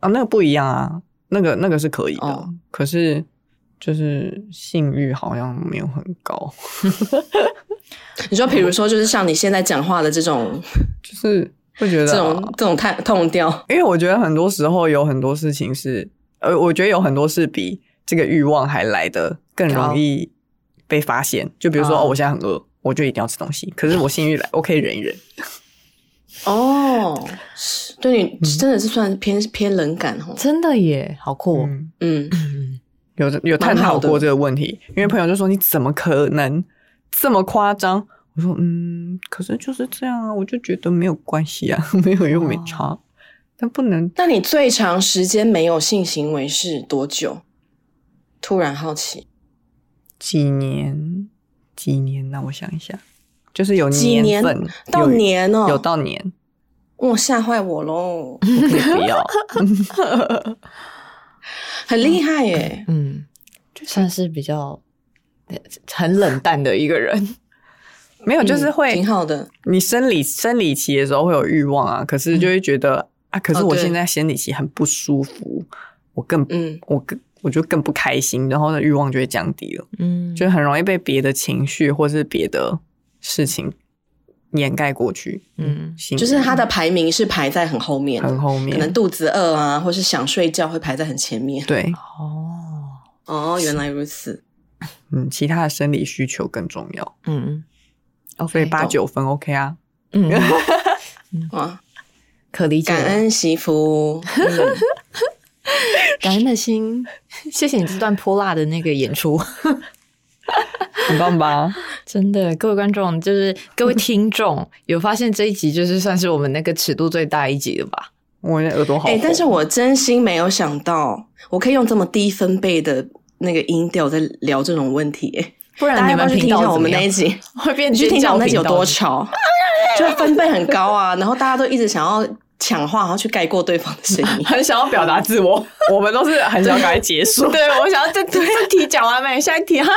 C: 啊，那个不一样啊，那个那个是可以的，
D: 哦
C: 可是就是性欲好像没有很高，
D: 你说，比如说，就是像你现在讲话的这种、
C: 就是会觉得啊
D: 这种、这种太痛调，
C: 因为我觉得很多时候有很多事情是，呃，我觉得有很多是比这个欲望还来的更容易被发现。就比如
D: 嗯
C: 说，
B: 哦
C: 哦，我现在很饿，我就一定要吃东西，可是我性欲来，我可以忍一忍。
D: 哦，是对你真的是算偏、偏冷感哦。
B: 真的耶，好酷哦，
C: 嗯，
D: 嗯，
C: 有有探
D: 蛮
C: 讨
D: 好的
C: 过这个问题，因为朋友就说你怎么可能这么夸张？我说嗯，可是就是这样啊，我就觉得没有关系啊， *laughs* 没有又
D: 哦
C: 没差，但不能
D: 那你最长时间没有性行为是多久？突然好奇，
C: 几年几年？那我想一下，就是有
D: 几
C: 年份
D: 年到
C: 有
D: 年哦，
C: 有到年，
D: 哇，吓坏我喽，
C: 我可以不
D: *laughs*
C: 要，
D: 很厉害耶！
B: 嗯，算是比较呃很冷淡的一个人，
C: 没
D: 嗯
C: 有，就是会
D: 挺，好的，
C: 嗯你生理生理期的时候会有欲望啊，可是就会觉得、啊，可是
D: 哦
C: 我
D: 对
C: 现在生理期很不舒服，我更
D: 嗯，
C: 我更我就更不开心，然后呢欲望就会降低了，
B: 嗯，
C: 就很容易被别的情绪或是别的事情掩盖过去，
B: 嗯，
C: 心
D: 就是它的排名是排在很后面的，
C: 很后
D: 可能
C: 面，
D: 肚子饿啊，或是想睡觉会排在很前面。
C: 对，
B: 哦，
D: 哦，原来如此。
C: 嗯，其他的生理需求更重要，
B: 嗯，OK，
D: 哎
C: 所以八九分 OK 啊，
B: 嗯，
D: 哇，
B: *laughs* 可理解了，
D: 感恩媳妇，嗯
B: 感恩的心， *laughs* 谢谢你这段泼辣的那个演出。
C: *laughs* 很棒吧？
B: *laughs* 真的，各位观众，就是各位听众，有发现这一集就是算是我们那个尺度最大一集了吧？
C: 我的耳朵好
D: 哎、
C: 红，
D: 但是我真心没有想到，我可以用这么低分贝的那个音调在聊这种问题、哎
B: 不
D: 大
B: 然
D: 家
B: 你
D: 要不要
B: 们
D: 去
B: 频
D: 听一下
B: 道
D: 我
B: 怎么
D: 们
B: 样
D: 那一集？
B: *laughs* 会变
D: *laughs* 你去听
B: 尖
D: 一下我
B: 叫
D: 们那集
B: 频
D: 有
B: 道
D: 多
B: 是吗。
D: 吵，就是分贝很高啊，然后大家都一直想要抢话，然后去盖过对方的声音 *laughs*
B: 很想要表达自我。
C: 我们都是很想赶快结束。
B: 对，我想要这这这题讲完没？下一题哈，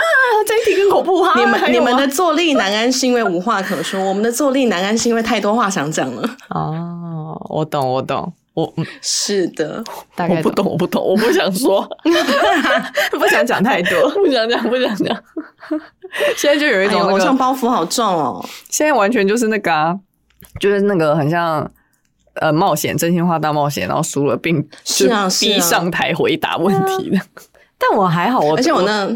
B: 这一题更恐怖哈。
D: 你
B: 还
D: 们你
B: 有吗
D: 们的坐立难安是因为无话可说，我们的坐立难安是因为太多话想讲了。
B: 哦，我懂，我懂，我嗯
D: 是的，
B: 大
C: 我
B: 概
C: 不懂，我不懂，
B: *laughs*
C: 我不想说， *laughs*
B: 不想讲太 *laughs* 多。
C: 不想讲，不想讲。现在就有一
D: 哎
C: 种
D: 呦，
C: 那
D: 偶
C: 个，
D: 像包袱好重哦。
C: 现在完全就是那个啊，就是那个很像呃冒险真心话大冒险，然后输了并
D: 是啊
C: 就是
D: 啊
C: 逼上台回答问题的。
B: 但我还好，我
D: 而且我那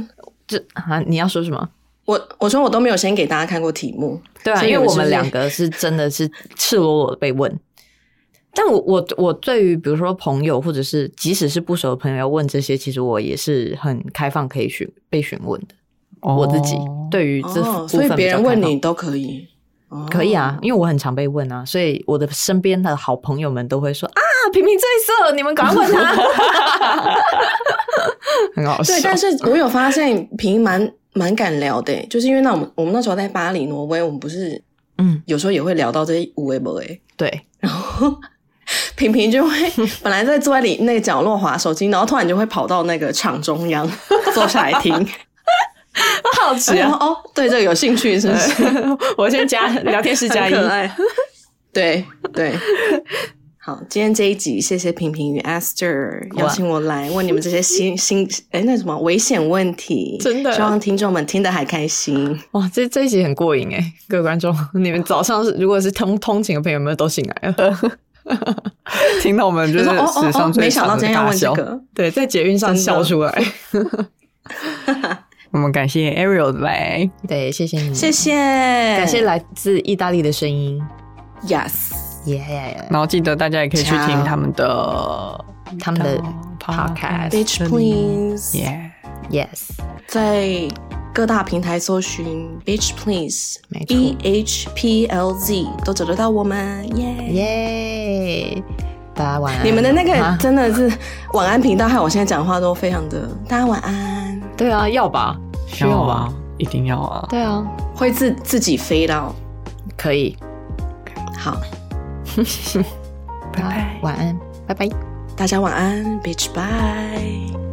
B: 这啊，你要说什么？
D: 我我说我都没有先给大家看过题目，
B: 对啊，
D: 所以
B: 因为
D: 我
B: 我
D: 是
B: 们
D: 不是
B: 两个是真的是赤裸裸地被问。但我我我对于比如说朋友或者是即使是不熟的朋友问这些，其实我也是很开放可以询被询问的。我自己对于这部
D: 哦，
B: 分
D: 所以别
B: 比较
D: 人
B: 开
D: 问
B: 放
D: 你都可以，哦
B: 可以啊，，因为我很常被问啊，所以我的身边的好朋友们都会说啊，平平最色，你们赶快问 *laughs* 他。
C: 很好笑 *laughs*
D: 对，，但是我有发现平蛮蛮敢聊的欸，就是因为那我们我们那时候在巴黎、挪威，我们不是
B: 嗯，
D: 有时候也会聊到这些无为不为，
B: 对，
D: 平
B: *laughs*
D: 平就会本来在坐在里那个角落划手机，然后突然就会跑到那个场中央坐下来听，
B: *laughs* 好奇啊
D: 然，后哦，对这个有兴趣是不
B: *laughs*
D: 是？
B: 我先加聊天室加
D: 很
B: 一，
D: 可爱， *laughs* 对对。好，今天这一集，谢谢平平与 Esther
B: 哇
D: 邀请我来问你们这些新新哎那什么危险问题，
B: 真的
D: 希望听众们听得还开心。
B: 哇，这这一集很过瘾哎，各位观众， *laughs* 你们早上是如果是通通勤的朋友有没有都醒来了？
C: 听到我们就
D: 就是说哦哦
C: 史上
D: 哦，
C: 最
D: 没想到
C: 长
D: 今
C: 的
D: 天要
C: 大
D: 问这
C: 笑。
D: 个，
B: 对，在捷运上
D: 真的
B: 笑出来。
C: 我们感谢 Ariel 的来，
B: *laughs* 对，谢谢你，
D: 谢谢，
B: 感
D: 感
B: 谢来自意大利的声音，
D: Yes，
B: 耶，
C: 然后记得大家也可以去听
D: Ciao
C: 他们的
B: 他们的 podcast
D: bitch please，
C: Yeah。
B: yes，
D: 在各大平台搜寻 bitch please，
B: 没错
D: e h p l z 都找得到我们，耶！
B: 耶，大家晚安。
D: 你们的那个
B: 啊
D: 真的是晚安频道，害我现在讲话都非常的，大家晚安，
B: 对啊，要吧，需
C: 要
B: 要吧
C: 啊？，一定要啊！
B: 对啊，
D: 会自自己飞到
B: 可以，
D: 好，
C: 拜拜。
B: 晚安，拜拜。
D: 大家晚安，bitch，bye。